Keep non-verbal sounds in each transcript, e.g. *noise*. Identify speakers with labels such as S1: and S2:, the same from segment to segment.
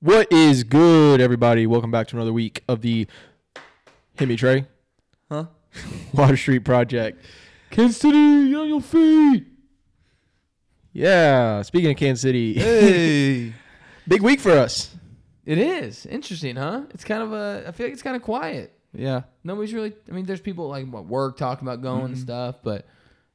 S1: What is good, everybody? Welcome back to another week of the Hit Me Trey
S2: Huh?
S1: *laughs* Water Street Project. Kansas City, get on your feet. Yeah, speaking of Kansas City,
S2: Hey.
S1: *laughs* big week for us.
S3: It is interesting, huh? It's kind of a. I feel like it's kind of quiet.
S2: yeah.
S3: Nobody's really. I mean, there's people like at work talking about going
S1: Mm-hmm.
S3: and stuff, but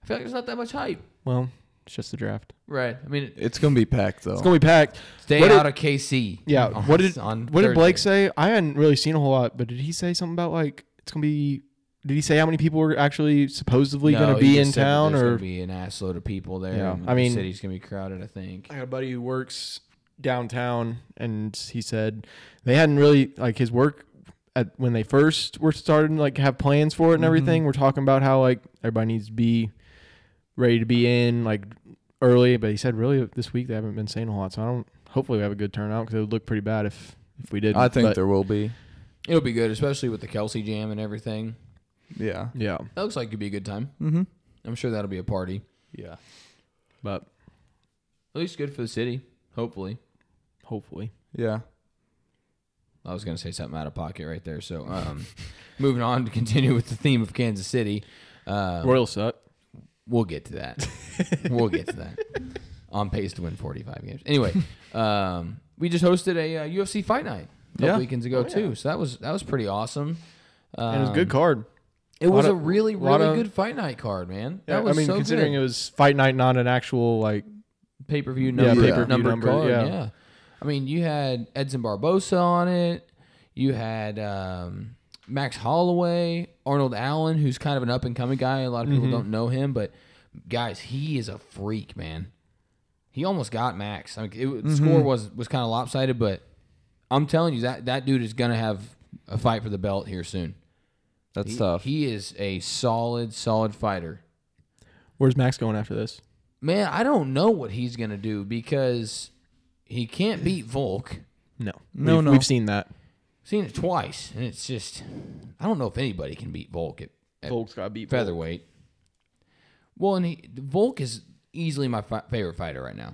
S3: I feel like there's not that much hype.
S1: Well, it's just the draft.
S3: Right. I mean,
S2: It's gonna be packed though.
S1: It's gonna be packed.
S3: stay
S1: What did-
S3: out of KC.
S1: Yeah.
S3: *laughs* on-
S1: what did
S3: on
S1: What did Blake
S3: Thursday.
S1: say? I hadn't really seen a whole lot, but did he say something about like it's gonna be? Did he say how many people were actually supposedly
S3: No,
S1: gonna
S3: he
S1: be
S3: just
S1: in
S3: said that
S1: town
S3: there's
S1: or
S3: gonna be an ass load of people there.
S1: Yeah,
S3: and
S1: I mean-
S3: the city's gonna be crowded. I think.
S1: I got a buddy who works downtown, and he said they hadn't really like his work at when they first were starting like have plans for it
S2: Mm-hmm.
S1: and everything. We're talking about how like everybody needs to be ready to be in like early, but he said really this week they haven't been saying a lot. So I don't. Hopefully we have a good turnout because it would look pretty bad if if we did.
S2: I think there will be.
S3: It'll be good, especially with the Kelsey jam and everything.
S2: Yeah.
S1: yeah,
S3: That looks like it'd be a good time.
S2: Mm-hmm.
S3: I'm sure that'll be a party.
S2: Yeah.
S1: but
S3: At least good for the city. Hopefully.
S1: hopefully
S2: Yeah.
S3: I was going to say something out of pocket right there. So, um, *laughs* moving on to continue with the theme of Kansas City. Uh,
S1: Royal suck.
S3: we'll get
S1: *laughs*
S3: to that. we'll get to that. On pace to win 45 games. Anyway, um, we just hosted a uh, UFC fight night a couple
S2: Yeah.
S3: weekends ago too. So that was that was pretty awesome. Um,
S1: Oh, And it was a good card.
S3: It was
S1: Lot
S3: a
S1: of-
S3: really
S1: lot
S3: really
S1: of-
S3: good fight night card, man.
S1: Yeah,
S3: That was
S1: I mean,
S3: so
S1: considering
S3: good.
S1: it was fight night, not an actual like
S3: pay per view
S1: Yeah,
S3: number,
S2: pay-per-view
S3: number,
S1: number,
S3: card.
S1: yeah.
S3: Yeah. I mean, you had Edson Barbosa on it. You had um, Max Holloway, Arnold Allen, who's kind of an up and coming guy. A lot of people don't know him, but guys, he is a freak, man. He almost got Max. I mean, it, the score was was kind of lopsided, but I'm telling you that that dude is gonna have a fight for the belt here soon.
S2: That's
S3: He,
S2: tough.
S3: he is a solid, solid fighter
S1: where's Max going after this?
S3: man, I don't know what he's gonna do because he can't beat Volk.
S1: No,
S2: No,
S1: We've-
S2: no.
S1: we've seen that.
S3: Seen it twice, and it's just I don't know if anybody can beat Volk at, at
S1: Volk's got beat.
S3: featherweight. Well, and he, Volk is easily my fi- favorite fighter right now.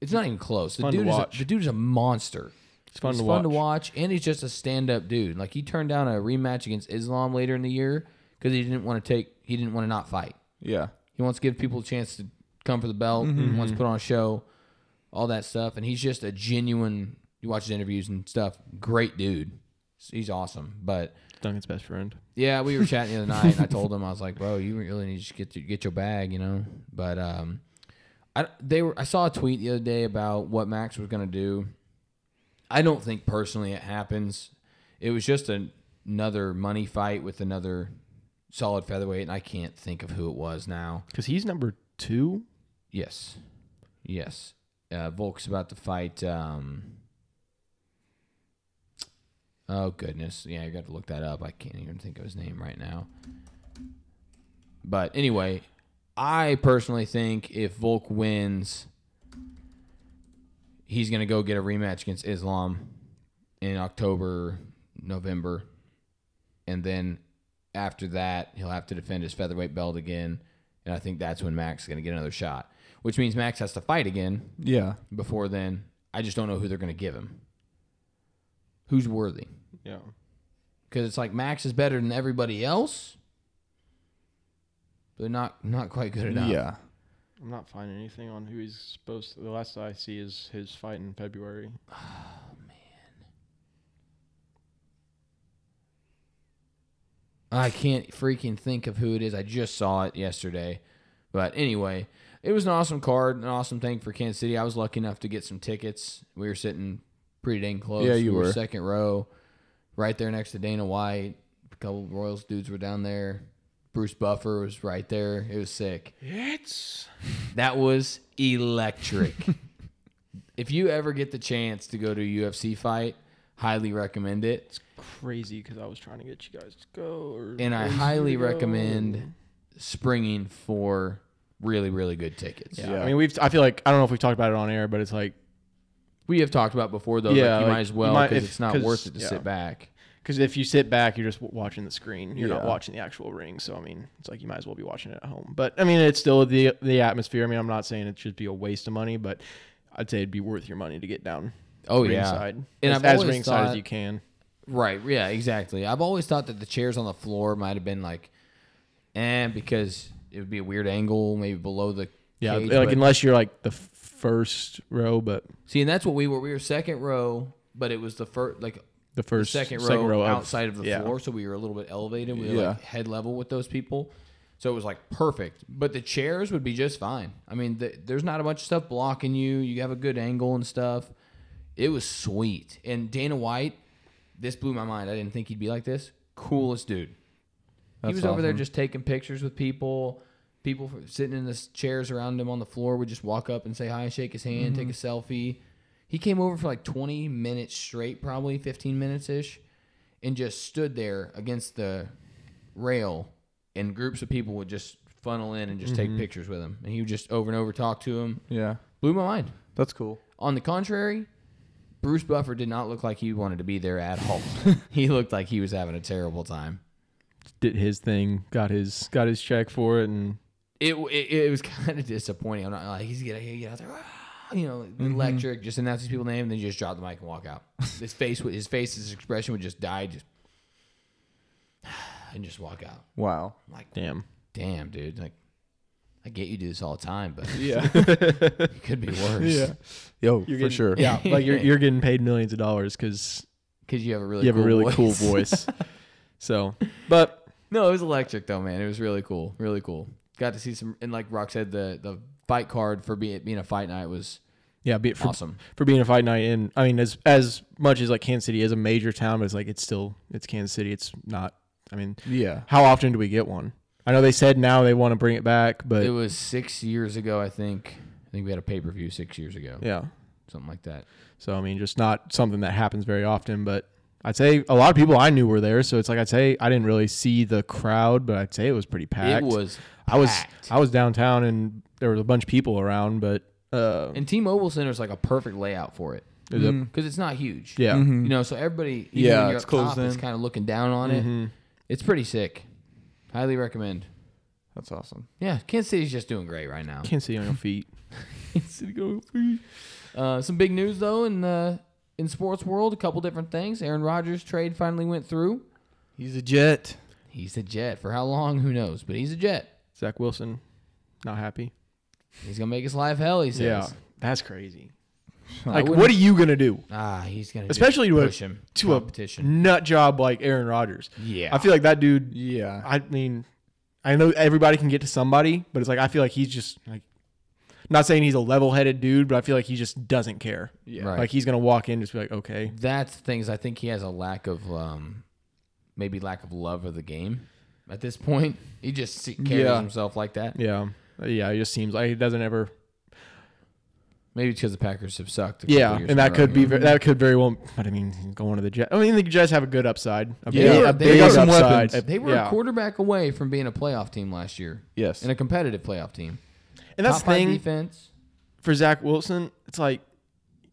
S3: It's not even close. The
S1: Fun to
S3: dude is a,
S1: watch.
S3: the dude is a monster.
S1: It's fun,
S3: He's
S1: to,
S3: fun
S1: watch.
S3: to watch, and he's just a stand-up dude. Like he turned down a rematch against Islam later in the year because he didn't want to take he didn't want to not fight.
S2: yeah.
S3: He wants to give people a chance to come for the belt. He wants to put on a show, all that stuff. And he's just a genuine. You watch his interviews and stuff. Great dude. He's awesome. But
S1: Duncan's best friend.
S3: yeah, we were chatting the other night, and I told him I was like, "Bro, you really need to just get to, get your bag, you know." But um, I they were I saw a tweet the other day about what Max was gonna do. I don't think personally it happens. It was just an, another money fight with another solid featherweight, and I can't think of who it was now.
S1: Because he's number two.
S3: Yes. Yes. Uh, Volk's about to fight. Um, oh, goodness. Yeah, you got to look that up. I can't even think of his name right now. But anyway, I personally think if Volk wins, he's going to go get a rematch against Islam in October, November. And then after that, he'll have to defend his featherweight belt again. And I think that's when Max is going to get another shot, which means Max has to fight again
S2: Yeah.
S3: before then. I just don't know who they're going to give him. Who's worthy?
S1: Yeah.
S3: Because it's like Max is better than everybody else, but not not quite good enough.
S2: Yeah.
S1: I'm not finding anything on who he's supposed to. The last I see is his fight in February.
S3: I can't freaking think of who it is. I just saw it yesterday. But anyway, it was an awesome card, an awesome thing for Kansas City. I was lucky enough to get some tickets. We were sitting pretty dang close.
S2: Yeah, you
S3: we
S2: were.
S3: second row, right there next to Dana White. A couple of Royals dudes were down there. Bruce Buffer was right there. It was sick.
S1: It's
S3: That was
S2: *laughs*
S3: electric. if you ever get the chance to go to a UFC fight, highly recommend it.
S1: it's crazy because I was trying to get you guys to go. Or
S3: and I highly recommend springing for really, really good tickets.
S1: Yeah.
S2: Yeah.
S1: I mean, we've. I feel like I don't know if we've talked about it on air, but it's like
S3: We have talked about before though.
S1: Yeah,
S3: like you
S1: like,
S3: might as
S1: you
S3: well
S1: might-
S3: because
S1: if-
S3: it's not
S1: 'cause-
S3: worth it to
S1: yeah.
S3: sit back.
S1: because if you sit back, you're just w- watching the screen. You're not
S2: Yeah.
S1: watching the actual ring. So I mean, it's like you might as well be watching it at home. But I mean, it's still the the atmosphere. I mean, I'm not saying it should be a waste of money, but I'd say it'd be worth your money to get down
S3: Oh
S1: ringside.
S3: And
S1: as,
S3: I've
S1: as
S3: always
S1: ringside as
S3: thought-
S1: you can.
S3: yeah, right. Yeah, exactly. I've always thought that the chairs on the floor might have been like, eh, because it would be a weird angle, maybe below the
S1: Yeah,
S3: cage,
S1: like
S3: but-
S1: unless you're like the f- first row, but
S3: see, and that's what we were. We were second row, but it was the first like
S1: the
S3: the
S1: first
S3: second row,
S1: of-
S3: outside of the
S1: yeah.
S3: floor, so we were a little bit elevated. We were
S2: Yeah.
S3: like head level with those people, so it was like perfect. But the chairs would be just fine. I mean, the, there's not a bunch of stuff blocking you. You have a good angle and stuff. It was sweet. And Dana White, this blew my mind. I didn't think he'd be like this. Coolest dude. he
S2: That's
S3: was over there
S2: awesome.
S3: just taking pictures with people. People f- sitting in the s- chairs around him on the floor would just walk up and say hi, shake his hand, take a
S2: Mm-hmm.
S3: selfie. He came over for like 20 minutes straight, probably 15 minutes ish, and just stood there against the rail. And groups of people would just funnel in and just take
S2: Mm-hmm.
S3: pictures with him. And he would just over and over talk to him.
S2: Yeah.
S3: Blew my mind.
S2: That's cool.
S3: On the contrary, Bruce Buffer did not look like he wanted to be there at
S2: *laughs*
S3: all. he looked like he was having a terrible time.
S1: did his thing, got his got his check for it, and
S3: It it, it was *laughs* kind of disappointing. I'm not like he's gonna get out there, "Ah," you know,
S1: Mm-hmm.
S3: electric. Just announce these people's name, and then just drop the mic and walk out. *laughs* his face, would- his face, his expression would just die, just *sighs* and just walk out.
S2: Wow.
S3: I'm like,
S1: damn,
S3: damn, dude, like. I get you do this all the time, but *laughs*
S2: Yeah.
S3: it could be worse. *laughs*
S2: yeah. *laughs* Yo,
S1: You're
S2: for
S1: getting-
S2: sure.
S1: yeah, *laughs* like you're you're getting paid millions of dollars because
S3: because you have a really
S1: you have
S3: cool
S1: a really
S3: voice.
S1: cool voice. *laughs* so, but
S3: *laughs* No, it was electric though, man. It was really cool, really cool. Got to see some, and like Rock said, the the fight card for being being a fight night was
S1: yeah, be, for,
S3: awesome.
S1: for being a fight night, and I mean, as as much as like Kansas City is a major town, but it's like it's still it's Kansas City. It's not. I mean,
S2: Yeah.
S1: how often do we get one? I know they said now they want to bring it back, but
S3: It was six years ago, I think. I think we had a pay per view six years ago,
S1: yeah.
S3: something like that.
S1: So I mean, just not something that happens very often. But I'd say a lot of people I knew were there. So it's like I'd say I didn't really see the crowd, but I'd say it was pretty packed.
S3: It was.
S1: I was
S3: packed.
S1: I was downtown and there was a bunch of people around, but uh,
S3: and T-Mobile Center is like a perfect layout for it
S1: is it-
S3: because it's not huge.
S1: yeah,
S2: Mm-hmm.
S3: you know, so everybody, even
S2: Yeah,
S3: when you're
S2: it's
S3: up top,
S2: closed in.
S3: It's kind of looking down on
S1: Mm-hmm.
S3: it. It's pretty sick. Highly recommend.
S2: That's awesome.
S3: Yeah, Kansas City's just doing great right now.
S1: can't see on your feet.
S3: Uh, some big news though in the in sports world, a couple different things. Aaron Rodgers trade finally went through.
S2: He's a jet.
S3: He's a Jet for how long? Who knows? But he's a Jet.
S1: Zach Wilson, not happy.
S3: He's gonna make his life hell. He says.
S1: Yeah, that's crazy.
S3: I
S1: Like,
S3: wouldn't-
S1: what are you gonna do?
S3: Ah, he's gonna just
S1: Especially to a-
S3: push him
S1: to a
S3: competition.
S1: nut job like Aaron Rodgers.
S3: yeah,
S1: I feel like that dude
S2: Yeah.
S1: I mean, I know everybody can get to somebody, but it's like I feel like he's just like not saying he's a level-headed dude, but I feel like he just doesn't care.
S2: Yeah.
S3: Right.
S1: Like he's gonna walk in and just be like, okay,
S3: that's the things I think he has a lack of, um, maybe lack of love of the game. At this point, he just se- carries
S2: Yeah.
S3: himself like that.
S1: yeah, yeah. It just seems like he doesn't ever.
S3: Maybe it's because the Packers have sucked. a couple
S1: Yeah,
S3: years in
S1: and
S3: a
S1: that
S3: row,
S1: could
S3: you
S1: be
S3: know?
S1: ver- that could very well. But I mean, he's going to the Jets. I mean, the Jets have a good upside. A
S2: Yeah,
S1: big, a
S3: they
S1: big
S3: got some
S1: upside.
S2: weapons.
S1: A-
S3: They were
S1: yeah.
S3: a quarterback away from being a playoff team last year,
S2: Yes.
S3: and a competitive playoff team.
S1: and that's
S3: Top
S1: the
S3: five
S1: thing
S3: defense.
S1: for Zach Wilson. It's like. *sighs*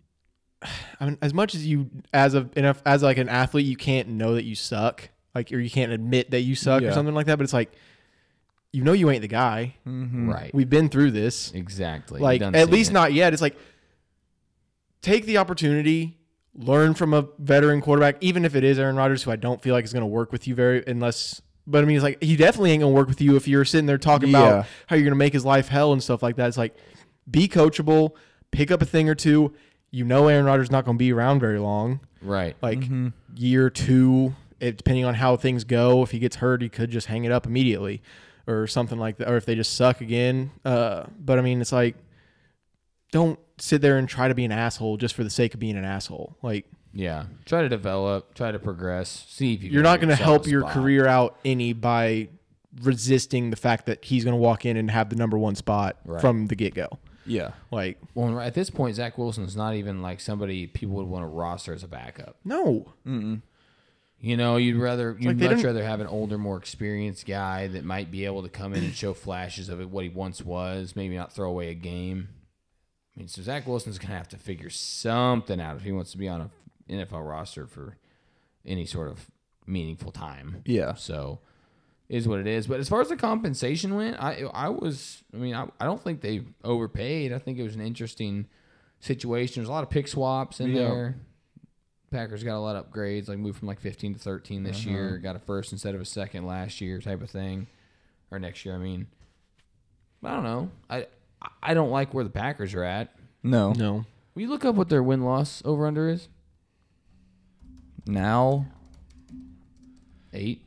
S1: I mean, as much as you, as a and if- as like an athlete, you can't know that you suck, like or you can't admit that you suck or
S2: Yeah.
S1: something like that. But it's like, you know, you ain't the guy.
S3: Right.
S1: We've been through this.
S3: exactly.
S1: Mm-hmm. Like
S3: Done
S1: at
S3: seen
S1: least
S3: it.
S1: not yet. It's like take the opportunity, learn from a veteran quarterback, even if it is Aaron Rodgers, who I don't feel like is going to work with you very unless. But I mean, it's like he definitely ain't going to work with you if you're sitting there talking
S2: Yeah.
S1: about how you're going to make his life hell and stuff like that. It's like be coachable, pick up a thing or two. You know, Aaron Rodgers not going to be around very long.
S3: Right.
S1: Like year two, it, depending on how things go. If he gets hurt, he could just hang it up immediately, or something like that. Or if they just suck again. Uh, but I mean, it's like don't sit there and try to be an asshole just for the sake of being an asshole. Like
S3: Yeah. Try to develop. Try to progress. See if you.
S1: you're
S3: can
S1: not
S3: get
S1: going to
S3: yourself
S1: help
S3: a
S1: your
S3: spot.
S1: career out any by resisting the fact that he's going to walk in and have the number one spot
S3: Right.
S1: from the get go.
S2: Yeah.
S1: Like
S3: Well, and at this point, Zach Wilson's not even like somebody people would want to roster as a backup.
S1: no,
S3: You know, you'd rather you'd
S1: like they
S3: much
S1: don't-
S3: rather have an older, more experienced guy that might be able to come in and show flashes of what he once was. Maybe not throw away a game. I mean, so Zach Wilson's gonna have to figure something out if he wants to be on a NFL roster for any sort of meaningful time.
S2: Yeah.
S3: So is what it is. But as far as the compensation went, I I was I mean I, I don't think they overpaid. I think it was an interesting situation. There's a lot of pick swaps in
S1: Yeah.
S3: there. Packers got a lot of upgrades, like moved from like 15 to 13 this
S2: Uh-huh.
S3: year, got a first instead of a second last year, type of thing, or next year. I mean, I don't know. I I don't like where the Packers are at.
S2: No.
S1: No.
S3: Will you look up what their win loss over under is?
S2: Now,
S3: Eight,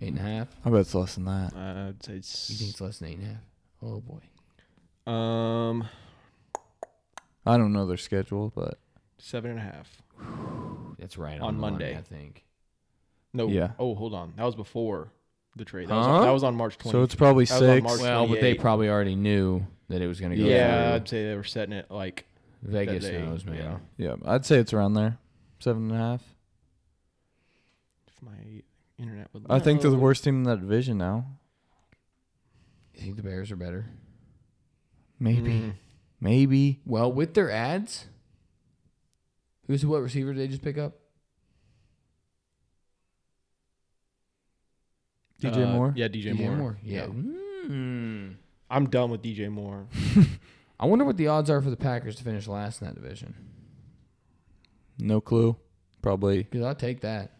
S3: eight and a half.
S2: I bet it's less than that.
S1: I'd say
S3: You think it's less than eight and a half? Oh boy.
S1: um
S2: I don't know their schedule, but
S1: seven and a half.
S3: That's right
S1: On
S3: the money,
S1: Monday.
S3: I think.
S1: No.
S2: Yeah.
S1: Oh, hold on. That was before the trade. That, was,
S3: Huh?
S1: that was on March 20th.
S2: so it's probably
S1: That was on
S2: six.
S1: March.
S3: Well, but they
S1: 28.
S3: probably already knew that it was going to go.
S1: yeah,
S3: through.
S1: I'd say they were setting it like
S3: Vegas
S1: that they-
S3: knows, man.
S1: yeah.
S2: Yeah, I'd say it's around there, seven and a half.
S1: if my internet would.
S2: I think they're the
S1: load.
S2: worst team in that division now.
S3: You think the Bears are better?
S2: Maybe,
S1: Mm.
S2: maybe
S3: Well, with their ads, who's what receiver did they just pick up?
S2: DJ
S1: Uh,
S2: Moore.
S1: Yeah, DJ, Moore.
S3: Yeah. Mm.
S1: I'm done with DJ Moore. *laughs*
S3: I wonder what the odds are for the Packers to finish last in that division.
S2: No clue. Probably
S3: Because I'll take that.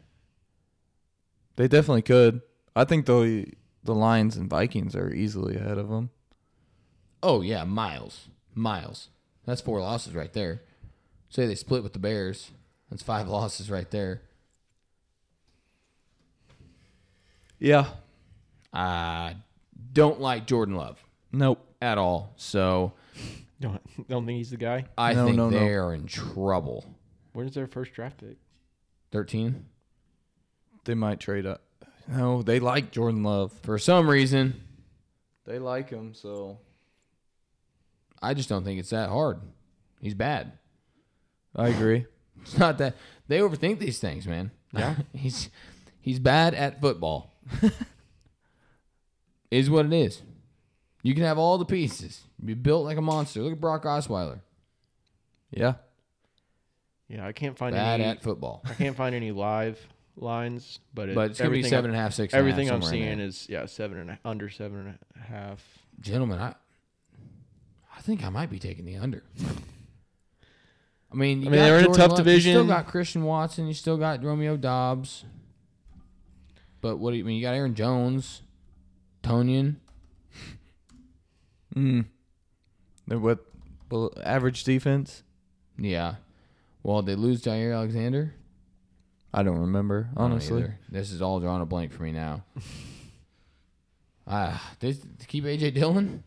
S2: they definitely could. I think the the Lions and Vikings are easily ahead of them.
S3: Oh yeah, miles, miles. That's four losses right there. Say they split with the Bears. That's five *laughs* losses right there.
S2: Yeah.
S3: I don't like Jordan Love
S2: Nope.
S3: at all. So
S1: Don't don't think he's the guy.
S3: I
S2: No,
S3: think
S2: no, no.
S3: they are in trouble.
S1: Where's their first draft pick?
S3: Thirteen.
S2: They might trade up. No, they like Jordan Love.
S3: For some reason,
S2: They like him, so
S3: I just don't think it's that hard. He's bad. *laughs*
S2: I agree.
S3: It's not that they overthink these things, man. Yeah, *laughs* he's he's bad at football.
S2: *laughs*
S3: is what it is. You can have all the pieces. Be built like a monster. Look at Brock Osweiler.
S2: Yeah.
S1: Yeah, I can't find
S3: Bad
S1: any.
S3: at football.
S1: I can't find any live lines, but it,
S3: But it's gonna be
S1: everything
S3: seven
S1: I'm-
S3: and a half, six.
S1: Everything I'm
S3: is.
S1: seeing is yeah, seven and a, under seven and a
S2: *laughs*
S1: half.
S3: gentlemen, I I think I might be taking the under. I mean, you
S1: I mean,
S3: got
S1: they're in a
S3: Jordan
S1: tough
S3: Love, You
S1: division.
S3: still got Christian Watson. You still got Romeo Dobbs. But what do you I mean? You got Aaron Jones, Tonian.
S2: Mm. They're what? Well, average defense?
S3: Yeah. Well, they lose Jair Alexander.
S2: I don't remember
S3: I don't know
S2: honestly.
S3: either. this is all drawing a blank for me now. *laughs* Ah, this to keep AJ Dillon.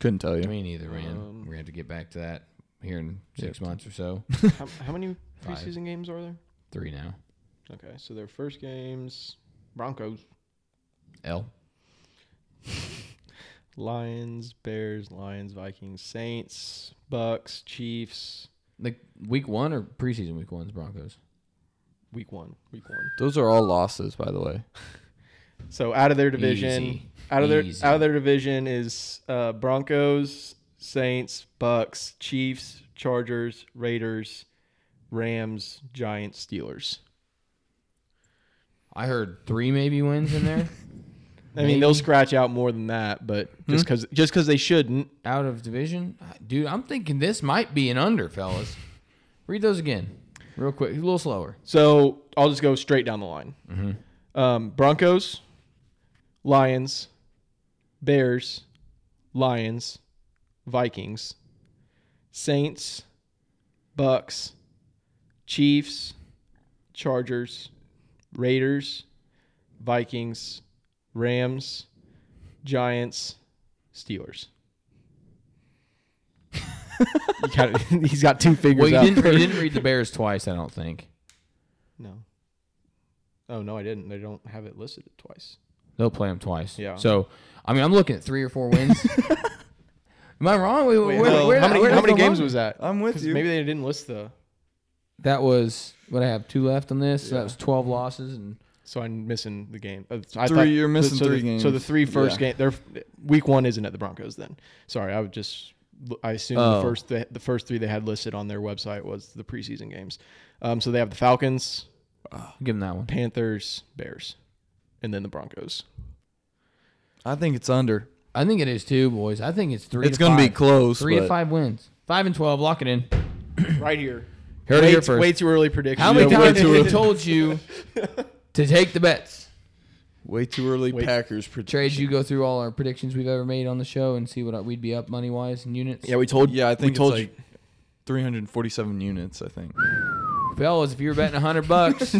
S2: Couldn't tell you.
S3: Me neither, man.
S1: Um,
S3: We're gonna have to get back to that here in six months
S1: *laughs*
S3: or so.
S1: how, how many
S3: Five.
S1: preseason games are there?
S3: Three now.
S1: Okay, so their first games: Broncos,
S3: L.
S1: Lions, Bears, Lions, Vikings, Saints, Bucks, Chiefs.
S3: Like week one or preseason week one's Broncos.
S1: Week one, week one.
S2: Those are all losses, by the way.
S1: So out of their division,
S3: Easy.
S1: out of their
S3: Easy.
S1: out of their division is uh, Broncos, Saints, Bucks, Chiefs, Chargers, Raiders, Rams, Giants, Steelers.
S3: I heard three maybe wins
S1: *laughs*
S3: in there
S1: I mean, they'll scratch out more than that, but
S3: Hmm?
S1: just because just because they shouldn't.
S3: out of division. Dude, I'm thinking this might be an under, fellas. Read those again, real quick, a little slower.
S1: So I'll just go straight down the line.
S3: Mm-hmm.
S1: Um, Broncos, Lions, Bears, Lions, Vikings, Saints, Bucks, Chiefs, Chargers, Raiders, Vikings, Rams, Giants,
S3: *laughs*
S1: Steelers. You gotta- *laughs* he's got two fingers
S3: Well, you
S1: out.
S3: didn't, you didn't read the Bears twice, I don't think.
S1: No. Oh no, I didn't. They don't have it listed twice.
S3: They'll play them twice.
S1: Yeah.
S3: So, I mean, I'm looking at three or four
S1: *laughs*
S3: wins. Am I wrong? Wait, where-
S1: no,
S3: where-
S1: how many,
S3: where-
S1: how many
S3: where-
S1: games was that?
S2: I'm with
S1: 'Cause
S2: you.
S1: Maybe they didn't list the.
S3: That was what I have two left on this. So that was 12 losses and
S1: So I'm missing the game. Uh, I
S2: Three-
S1: thought-
S2: you're missing
S1: so
S2: three
S1: the, So the
S2: games.
S1: three first
S2: Yeah.
S1: game, their week one isn't at the Broncos. Then sorry, I would just I assume
S2: Oh.
S1: the first the, the first three they had listed on their website was the preseason games. Um, so they have the Falcons,
S3: give them that one.
S1: Panthers, Bears, and then the Broncos.
S2: I think it's under.
S3: I think it is too, boys. I think it's three.
S2: It's
S3: to
S2: going to be
S3: five.
S2: close.
S3: Three to
S2: but-
S3: five wins. Five and twelve. Lock it in.
S1: right here.
S2: Heard it
S1: way,
S2: here first.
S1: way too early prediction.
S3: How many
S2: Yeah, way
S3: times have
S2: too
S3: we
S2: early.
S3: told you to take the bets?
S2: Way too early
S1: Wait.
S2: Packers prediction.
S3: Trades, you go through all our predictions we've ever made on the show and see what we'd be up money wise in units.
S1: Yeah, we told.
S2: Yeah, I think
S1: we
S2: it's
S1: told
S2: like 347 units, I think.
S3: Fellas, if you were betting hundred
S1: *laughs*
S3: bucks,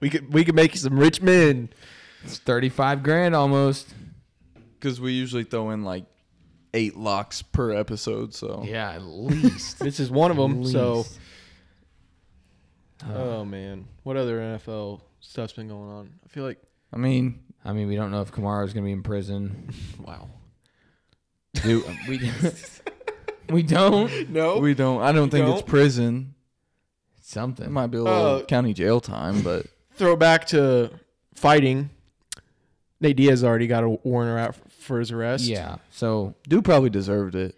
S1: we could we could make some rich men.
S3: it's thirty-five grand almost.
S2: Because we usually throw in like eight locks per episode. So
S3: Yeah, at least.
S1: This is one of them. So,
S3: Least.
S1: oh man, what other NFL stuff's been going on? I feel like
S2: I mean,
S3: I mean, we don't know if Kamara's gonna be in prison.
S1: wow.
S2: *laughs*
S3: Do we? *laughs* we don't.
S1: No,
S2: we don't. I don't think
S1: don't?
S2: it's prison. It
S3: Something.
S2: might be a little
S1: Uh,
S2: county jail time, but
S1: throw back to fighting. Nate Diaz already got a warrant out for his arrest.
S3: Yeah. So
S2: dude probably deserved it.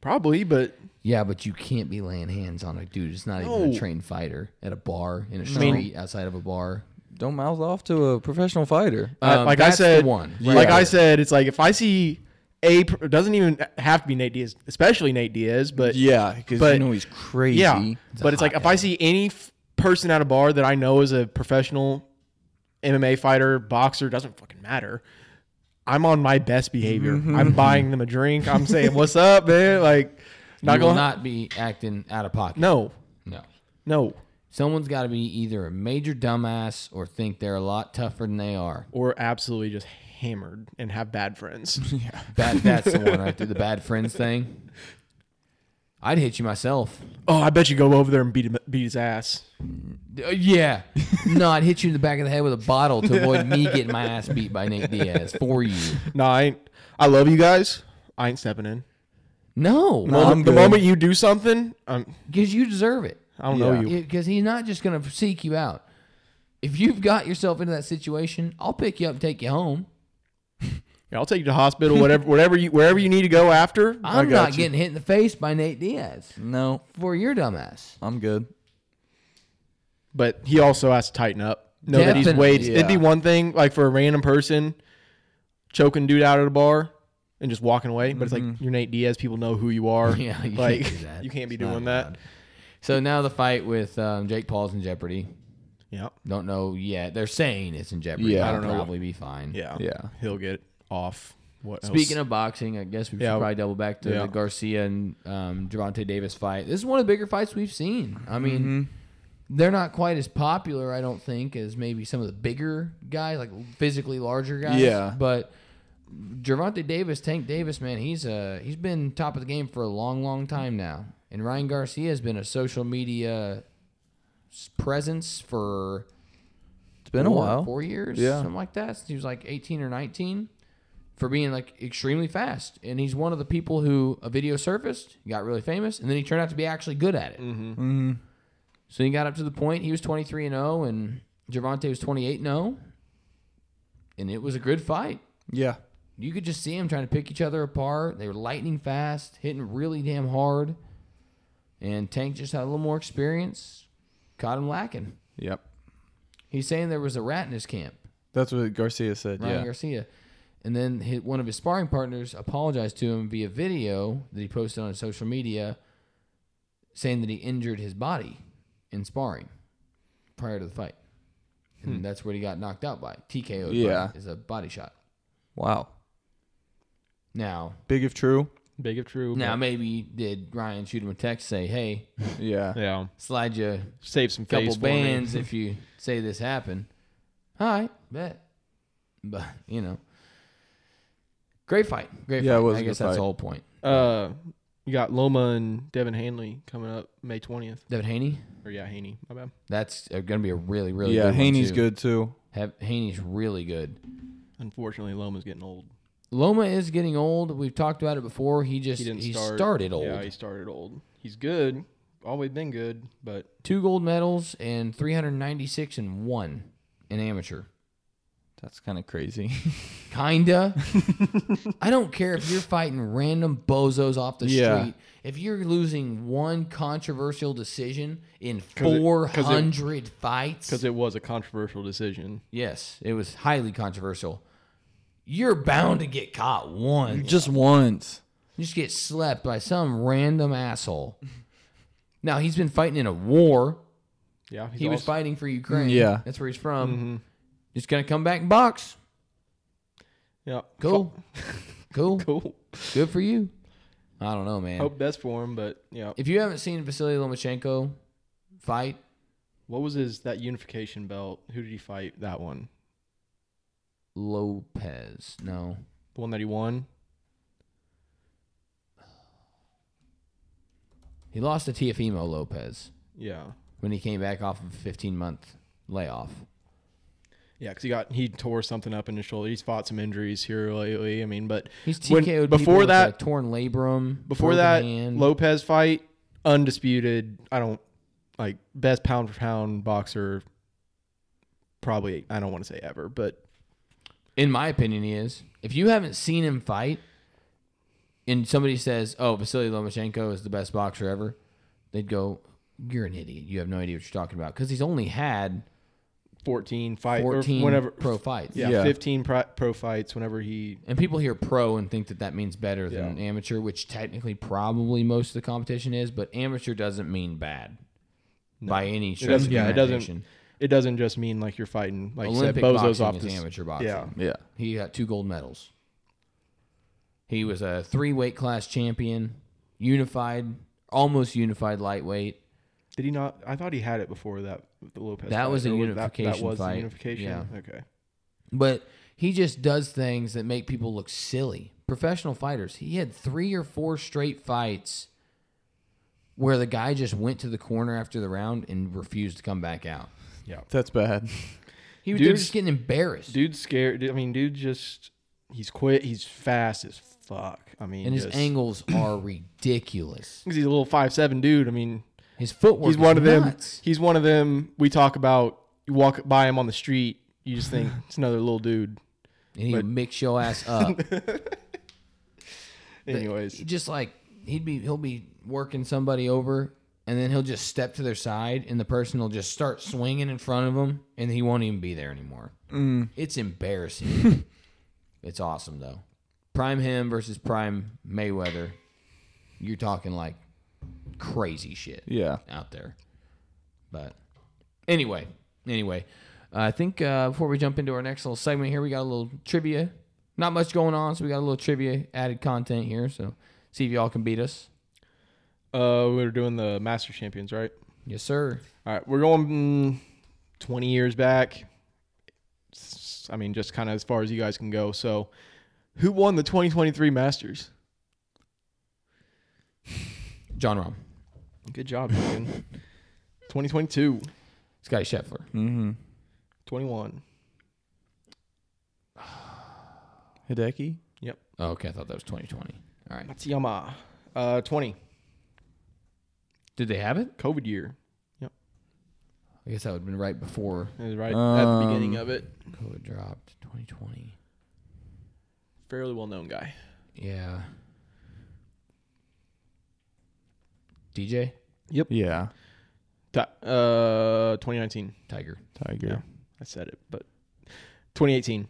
S1: probably, but
S3: yeah, but you can't be laying hands on a dude. It's not
S1: No.
S3: even a trained fighter at a bar in a street
S1: mean-
S3: outside of a bar.
S2: Don't mouth off to a professional fighter.
S1: I-
S3: Um,
S1: like
S3: that's
S1: I
S3: the
S1: said,
S3: one.
S1: like
S2: Yeah.
S1: I said, it's like if I see a pr- it doesn't even have to be Nate Diaz, especially Nate Diaz, but yeah,
S2: yeah, because
S1: but-
S2: you know he's crazy.
S3: It's a
S1: but it's like
S3: hot
S1: if I see any f- person at a bar that I know is a professional MMA fighter, boxer, doesn't fucking matter. I'm on my best behavior.
S3: Mm-hmm.
S1: I'm buying them a drink. I'm saying, "What's up, man?" Like, not
S3: Not you will
S1: going.
S3: not be acting out of pocket.
S1: no,
S3: No.
S1: no,
S3: Someone's got to be either a major dumbass or think they're a lot tougher than they are.
S1: or absolutely just hammered and have bad friends. *laughs*
S3: That that's the one right there, the bad friends thing. I'd hit you myself.
S1: oh, I bet you go over there and beat him, beat his ass.
S3: Uh, yeah. No, I'd hit you in the back of the head with a bottle to avoid me getting my ass beat by Nate Diaz for you.
S1: No, I ain't. I love you guys. I ain't stepping in.
S3: No,
S2: No. I'm
S1: the
S2: good.
S1: moment you do something, I'm,
S3: because you deserve it.
S1: I don't know
S2: Yeah.
S1: you.
S3: Because he's not just going to seek you out. If you've got yourself into that situation, I'll pick you up and take you home.
S1: Yeah, I'll take you to hospital, whatever, whatever you, wherever you need to go after.
S3: I'm
S2: got
S3: not
S2: you.
S3: getting hit in the face by Nate Diaz
S2: No,
S3: for your dumbass.
S2: I'm good.
S1: But he also has to tighten up. Know that he's
S3: Definitely.
S1: way. It'd be
S2: Yeah.
S1: one thing like for a random person choking dude out at a bar and just walking away, but it's like you're Nate Diaz. People know who you are.
S3: *laughs* Mm-hmm. *laughs* Yeah, you can't
S1: like *laughs*
S3: do that.
S1: you can't be
S3: It's not
S1: doing that.
S3: allowed. So now the fight with um, Jake Paul's in jeopardy.
S1: Yeah,
S3: Don't know yet. They're saying it's in jeopardy.
S2: Yeah,
S3: Yeah,
S2: I
S3: It'll
S1: don't know.
S3: probably be fine.
S1: yeah,
S2: Yeah.
S1: He'll get off. What?
S3: Speaking
S1: else?
S3: of boxing, I guess we should
S1: Yeah.
S3: probably double back to
S1: Yeah.
S3: the Garcia and um, Javante Davis fight. This is one of the bigger fights we've seen. I mean,
S1: Mm-hmm.
S3: they're not quite as popular, I don't think, as maybe some of the bigger guys, like physically larger guys.
S2: Yeah.
S3: But Javante Davis, Tank Davis, man, he's uh he's been top of the game for a long, long time now. And Ryan Garcia has been a social media s- presence for
S2: It's been a
S3: four-
S2: while.
S3: Four years,
S2: Yeah.
S3: something like that. Since he was like 18 or 19, for being like extremely fast. And he's one of the people who a video surfaced, he got really famous, and then he turned out to be actually good at it.
S2: Mhm.
S3: So he got up to the point he was 23 and 0, and Javante was 28 and 0, and it was a good fight.
S2: Yeah.
S3: You could just see them trying to pick each other apart. They were lightning fast, hitting really damn hard. And Tank just had a little more experience. Caught him lacking.
S2: Yep.
S3: He's saying there was a rat in his camp.
S2: That's what Garcia said.
S3: Ryan
S2: yeah.
S3: Garcia. And then his, one of his sparring partners apologized to him via video that he posted on his social media saying that he injured his body in sparring prior to the fight. And that's what he got knocked out by. TKO 'd by-
S2: Hmm. Yeah.
S3: is a body shot.
S2: wow.
S3: Now,
S2: Big if true.
S1: big of true.
S3: now maybe did Ryan shoot him a text say, "Hey,
S2: Yeah.
S1: but- yeah,
S3: slide you a
S1: save some
S3: couple
S1: face for me.
S3: bands if you say this happened." All right, bet. But, you know. Great fight. Great
S2: Yeah, it
S3: fight.
S2: was
S3: I
S2: a good
S3: guess that's
S2: fight.
S3: the whole point.
S1: *laughs* Uh, you got Loma and Devin Hanley coming up May twentieth.
S3: Devin Haney.
S1: Or yeah, Haney. My bad.
S3: That's going to be a really, really
S2: yeah.
S3: good one,
S2: Haney's
S3: too.
S2: good too.
S3: Have, Haney's really good.
S1: Unfortunately, Loma's getting old.
S3: Loma is getting old. We've talked about it before. He just
S1: He
S3: he,
S1: didn't start.
S3: started old.
S1: Yeah, he started old. He's good. Always been good, but
S3: Two gold medals and 396 and one in amateur.
S2: That's kind of crazy. *laughs*
S1: *laughs*
S3: Kinda. I don't care if you're fighting random bozos off the
S2: Yeah.
S3: street. If you're losing one controversial decision in
S1: it- 'cause it-
S3: 400 fights,
S1: because it was a controversial decision.
S3: Yes, it was highly controversial. you're bound to get caught once.
S2: Just once.
S3: You just get slept by some random asshole. Now he's been fighting in a war.
S1: Yeah, he's
S3: He was
S1: also- Mm-hmm.
S3: fighting for Ukraine.
S2: Yeah.
S3: that's where he's from. Just gonna come back and box.
S1: Yeah,
S3: Cool, cool,
S1: *laughs* cool.
S3: good for you. I don't know, man.
S1: Hope best for him, but yeah.
S3: If you haven't seen Vasily Lomachenko fight,
S1: What was his that unification belt? Who did he fight? That one,
S3: Lopez, no,
S1: the one that he won.
S3: he lost to Tiafimo Lopez
S1: Yeah,
S3: when he came back off of a 15 month layoff.
S1: yeah, because he got he tore something up in his shoulder. He's fought some injuries here lately. I mean, but
S3: He's
S1: When-
S3: TKO'd people
S1: before
S3: with
S1: that-
S3: a torn labrum.
S1: before
S3: broken
S1: that
S3: hand.
S1: Lopez fight, undisputed. I don't like best pound for pound boxer. Probably I don't want to say ever, but
S3: in my opinion, he is. If you haven't seen him fight, and somebody says, "Oh, Vasily Lomachenko is the best boxer ever," they'd go, "You're an idiot. You have no idea what you're talking about." Because he's only had
S1: 14 fight or
S3: 14
S1: whenever
S3: pro fights,
S1: yeah,
S2: Yeah.
S1: 15 pro, pro fights whenever he
S3: and people hear pro and think that that means better than amateur, which technically probably most of the competition is, but amateur doesn't mean bad by any
S1: it
S3: stretch.
S1: doesn't
S3: of
S1: yeah, it
S3: imagination.
S1: doesn't it doesn't just mean like you're fighting like
S3: Olympic
S1: you said, bozos
S3: boxing
S1: off
S3: is
S1: this
S3: amateur boxing.
S1: yeah
S2: Yeah.
S3: He got two gold medals. He was a three weight class champion, unified, almost unified lightweight.
S1: Did he not? I thought he had it before that. The Lopez.
S3: That
S1: fight,
S3: was a
S1: or That, that
S3: unification
S1: was the
S3: fight,
S1: unification.
S3: yeah.
S1: Okay.
S3: But he just does things that make people look silly. Professional fighters. He had three or four straight fights where the guy just went to the corner after the round and refused to come back out.
S2: That's bad.
S3: He was they were
S1: Dude's-
S3: just getting embarrassed.
S1: Dude's scared. I mean, dude just he's quick. He's fast as fuck. I mean,
S3: and his
S1: just-
S3: angles
S1: *clears throat*
S3: are ridiculous.
S1: 'cause he's a little five seven dude. I mean,
S3: His footwork
S1: he's one of them.
S3: nuts.
S1: He's one of them. We talk about. You walk by him on the street. You just
S3: *laughs*
S1: think it's another little dude.
S3: And he would mix your
S1: *laughs*
S3: ass up.
S1: Anyways,
S3: just like he'd be he'll be working somebody over and then he'll just step to their side and the person will just start swinging in front of him and he won't even be there anymore it's embarrassing it's awesome though prime him versus prime mayweather you're talking like crazy shit
S2: Yeah.
S3: out there but anyway anyway uh, i think uh, before we jump into our next little segment here we got a little trivia not much going on so we got a little trivia added content here so see if y'all can beat us
S1: uh, we were doing the Master Champions, right?
S3: yes sir
S1: All right, we're going mm, 20 years back. S- I mean, just kind of as far as you guys can go. So, who won the 2023 Masters?
S3: john rom
S1: Good job, Megan. 2022,
S3: scotty scheffler
S2: Mm-hmm.
S1: 21.
S2: Hideki?
S3: oh, okay i thought that was 2020 all right
S1: Matsuyama, uh, 20.
S3: did they have it
S1: COVID year.
S3: i guess that would have been right before
S1: It was right at the beginning
S2: Um,
S1: of it.
S3: covid dropped 2020
S1: Fairly well known guy.
S3: yeah dj
S2: Yeah.
S1: Ti- Uh, 2019.
S3: tiger
S2: Tiger.
S1: I said it, but 2018.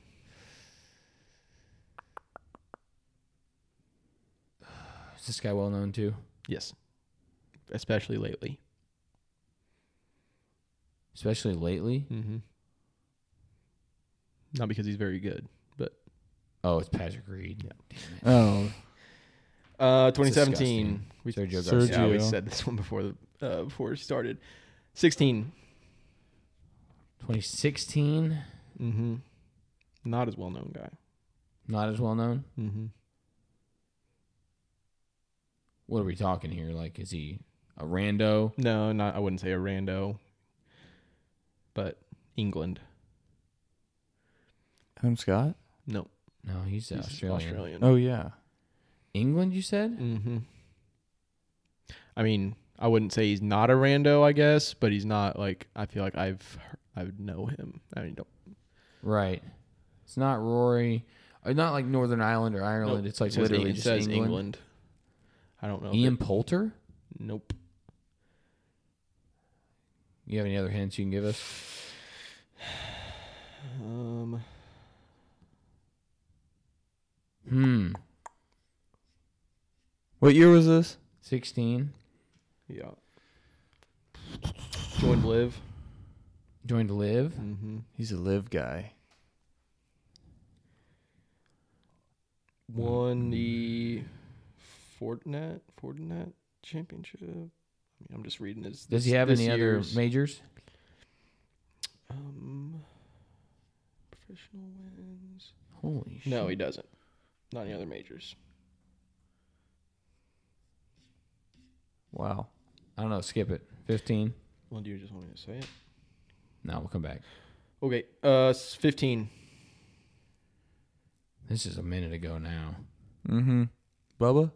S3: is this guy well known too
S1: Yes. Especially lately.
S3: especially lately
S1: Mm-hmm. Not because he's very good, but
S3: Oh, it's Patrick Reed. Damn it.
S2: Oh.
S1: Uh, 2017.
S3: disgusting.
S1: We,
S3: Sergio
S2: Sergio.
S3: Garcia.
S1: yeah, we said this one before the uh, before it started. 16.
S3: 2016,
S1: Mm-hmm. Not as well known guy.
S3: not as well known.
S1: Mm-hmm.
S3: What are we talking here? Like, is he a rando?
S1: No, not. I wouldn't say a rando. But England.
S2: Adam Scott?
S1: No,
S3: No, he's,
S1: he's
S3: Australian.
S2: Oh, yeah.
S3: England, you said?
S1: Mm-hmm. I mean, I wouldn't say he's not a rando. I guess, but he's not like. I feel like I've. he- I would know him. I mean, don't.
S3: Right. It's not Rory. uh, Not like Northern Ireland or Ireland.
S1: Nope.
S3: It's like
S1: It says
S3: literally
S1: Eng- it
S3: just
S1: says
S3: England.
S1: England. I don't know. if
S3: Ian
S1: it-
S3: Poulter?
S1: nope.
S3: You have any other hints you can give us?
S1: Um,
S3: Hmm.
S2: What year was this?
S3: 16.
S1: Yeah. Joined live.
S3: Joined Live.
S1: Mm-hmm.
S2: He's a live guy.
S1: Won the Fortinet Fortinet championship. I mean, I'm just reading his. this-
S3: Does he have
S1: this
S3: any
S1: year's,
S3: other majors?
S1: um, professional wins?
S3: Holy
S1: No, he doesn't. Not any other majors.
S2: Wow.
S3: I don't know. Skip it. 15.
S1: Well, do you just want me to say it?
S3: No, we'll come back.
S1: Okay. Uh, s- 15.
S3: This is a minute ago now.
S2: Mm-hmm. Bubba?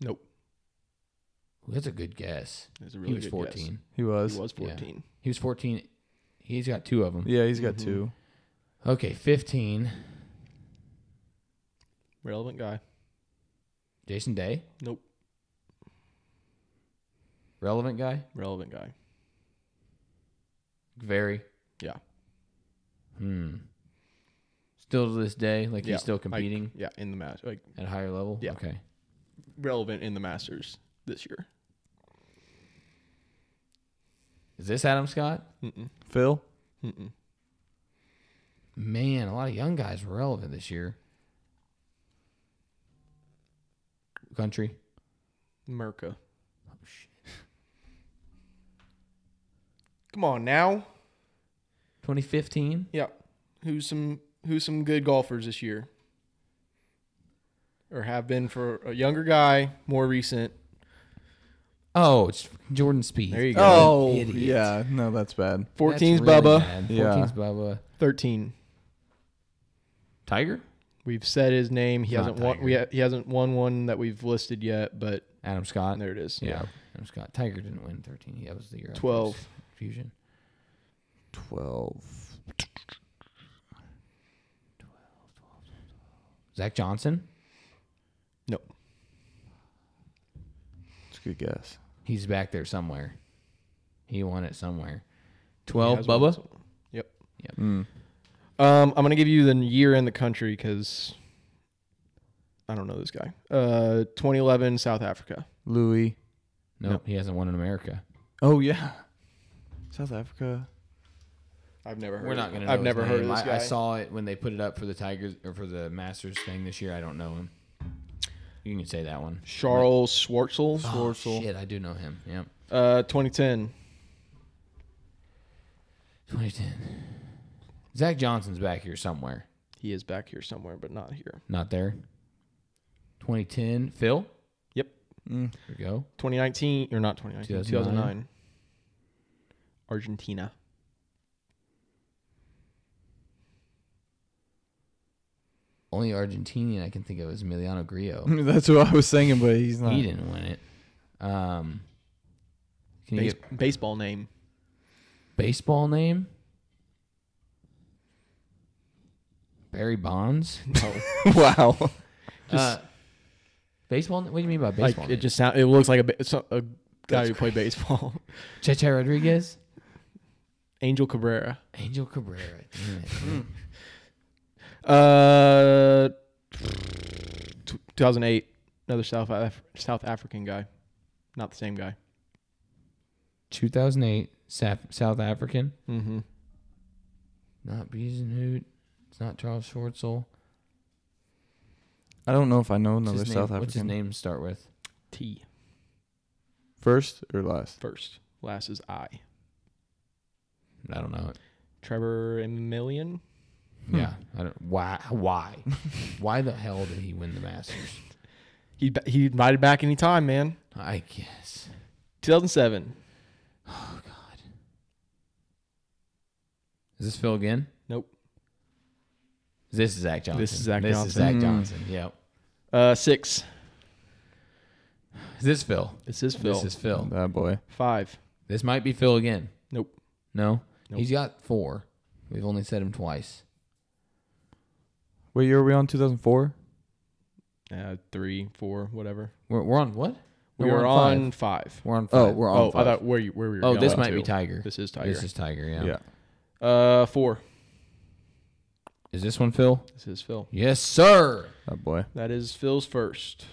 S1: Nope.
S3: Ooh, That's a good guess.
S1: That's a really
S3: he was
S1: good
S3: 14.
S1: guess.
S2: He was.
S1: He was
S3: Yeah.
S1: 14.
S3: He was 14. He's got two of them.
S2: Yeah, he's got
S1: Mhm.
S2: two.
S3: Okay, 15.
S1: Relevant guy.
S3: Jason Day.
S1: Nope.
S3: Relevant guy.
S1: Relevant guy.
S3: Very.
S1: Yeah.
S3: Hmm. Still to this day, like
S1: Yeah,
S3: he's still
S1: like-
S3: competing
S1: Yeah, in the match, like
S3: at a higher level.
S1: Yeah.
S3: Okay.
S1: relevant in the Masters this year.
S3: Is this Adam Scott?
S1: Mm-mm.
S2: Phil?
S1: Mm-mm.
S3: Man, a lot of young guys were relevant this year. Country.
S1: Merca.
S3: Oh, shit.
S1: Come on now.
S3: 2015.
S1: Yeah. Who's some who's some good golfers this year? Or have been for a younger guy, more recent.
S3: Oh, it's Jordan Speed.
S1: There you go.
S2: Oh,
S3: Idiot.
S2: yeah. No, that's bad.
S1: 14's
S3: That's really
S1: Bubba.
S3: bad. 14's
S2: Yeah.
S3: Bubba.
S1: 13.
S3: Tiger?
S1: We've said his name. He
S3: Not
S1: hasn't won
S3: Tiger.
S1: we ha- he hasn't won one that we've listed yet, but
S3: Adam Scott.
S1: there it is.
S3: Uh, Yeah. Adam Scott. Tiger didn't win 13. Yeah, that was the year. after
S1: 12.
S3: his Fusion.
S2: 12.
S3: Zach Johnson.
S2: It's a good guess.
S3: He's back there somewhere. He won it somewhere.
S1: He
S3: 12,
S1: has won
S3: Bubba.
S1: some. Yep.
S2: Mm.
S1: Um, I'm gonna give you the year in the country because I don't know this guy. Uh, 2011 South Africa.
S2: Louis.
S3: No,
S1: No.
S3: he hasn't won in America.
S2: Oh, yeah. South Africa.
S1: I've never heard.
S3: We're
S1: of
S3: not
S1: it.
S3: going to
S1: I've never heard of this
S3: I,
S1: guy.
S3: I saw it when they put it up for the Tigers or for the Masters thing this year. I don't know him. You can say that one.
S1: Charles Schwartzel.
S3: Oh, shit, I do know him. Yep.
S1: Uh, 2010.
S3: 2010. Zach Johnson's back here somewhere.
S1: He is back here somewhere, but not here.
S3: Not there. 2010. Phil.
S2: Mm. *laughs*
S3: There we go.
S1: 2019 or not 2019.
S3: 2009.
S1: 2009. Argentina.
S3: Only Argentinian I can think of is Emiliano Grillo.
S2: That's what I was singing, but he's not.
S3: he didn't win it. Um, can you
S1: Base-
S3: get
S1: baseball
S3: *laughs*
S1: name.
S3: baseball name? Barry Bonds.
S1: No.
S2: *laughs* wow.
S3: uh, baseball. na- What do you mean by
S1: like
S3: baseball?
S1: it
S3: name?
S1: just sound, It looks like a, ba- so- a guy who played baseball. *laughs*
S3: Cheche Rodriguez.
S1: Angel Cabrera.
S3: Angel Cabrera. Damn it.
S1: Uh, t- 2008. Another South Af- South African guy. Not the same guy.
S3: 2008 South, South African.
S1: Mm-hmm.
S3: Not Biesenhoot. It's not Charles Schwartzel.
S2: I don't know if I know
S3: What's
S2: another
S3: his
S2: South
S3: name?
S2: African.
S3: What's his name start with?
S1: T
S2: First or last?
S1: first. Last is I.
S3: I don't know it.
S1: Trevor Emilian.
S2: Hmm.
S3: Yeah. I don't, why? Why? *laughs* why the hell did he win the Masters?
S1: He he invited back any time, man.
S3: I guess.
S1: 2007.
S3: Oh God. Is this Phil again?
S1: Nope.
S3: This is Zach Johnson.
S1: This is Zach
S3: This is
S1: Johnson.
S3: Zach
S2: Mm.
S3: Johnson. Yep.
S1: Uh, six.
S3: Is this Phil?
S1: This is Phil.
S3: This is Phil.
S2: That boy.
S1: five.
S3: This might be Phil again.
S1: Nope.
S3: No.
S1: Nope.
S3: He's got four. We've only said him twice.
S2: What year are we on? 2004?
S1: Uh, three, four, whatever.
S3: We're, we're on what? No,
S1: we
S3: we're
S1: were
S3: on
S1: on five.
S3: We're on.
S2: Oh,
S3: five.
S2: we're on.
S1: Oh, I
S2: five.
S1: thought where you where we were.
S3: Oh,
S1: going
S3: this might be
S1: to.
S3: Tiger.
S1: This is Tiger.
S3: This is Tiger. Yeah.
S2: Yeah.
S1: Uh, four.
S3: Is this one Phil?
S1: This is Phil.
S3: Yes, sir.
S2: Oh boy.
S1: That is Phil's first.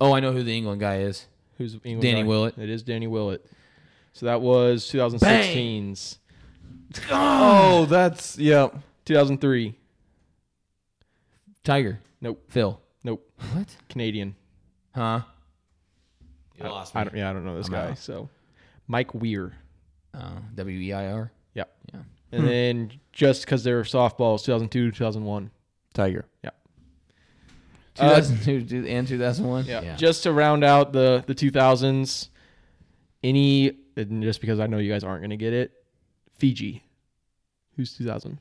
S3: Oh, I know who the England guy is.
S1: Who's England
S3: Danny
S1: guy?
S3: Willett.
S1: It is Danny Willett. So that was 2016's.
S2: *sighs* Oh, that's yep.
S1: 2003.
S3: Tiger.
S1: Nope.
S3: Phil.
S1: Nope.
S3: What?
S1: Canadian.
S3: Huh?
S1: I- I, don't. Yeah, I don't know this
S3: I'm
S1: guy.
S3: out.
S1: So Mike Weir.
S3: Oh, W E I R.
S1: Yep.
S3: Yeah.
S2: Hmm.
S1: And then just because they're softballs, 2002, 2001.
S2: Tiger.
S1: Uh,
S3: 2002 and 2001.
S1: Yeah. Just to round out the the 2000s, any and just because I know you guys aren't gonna get it, Fiji. Who's 2000?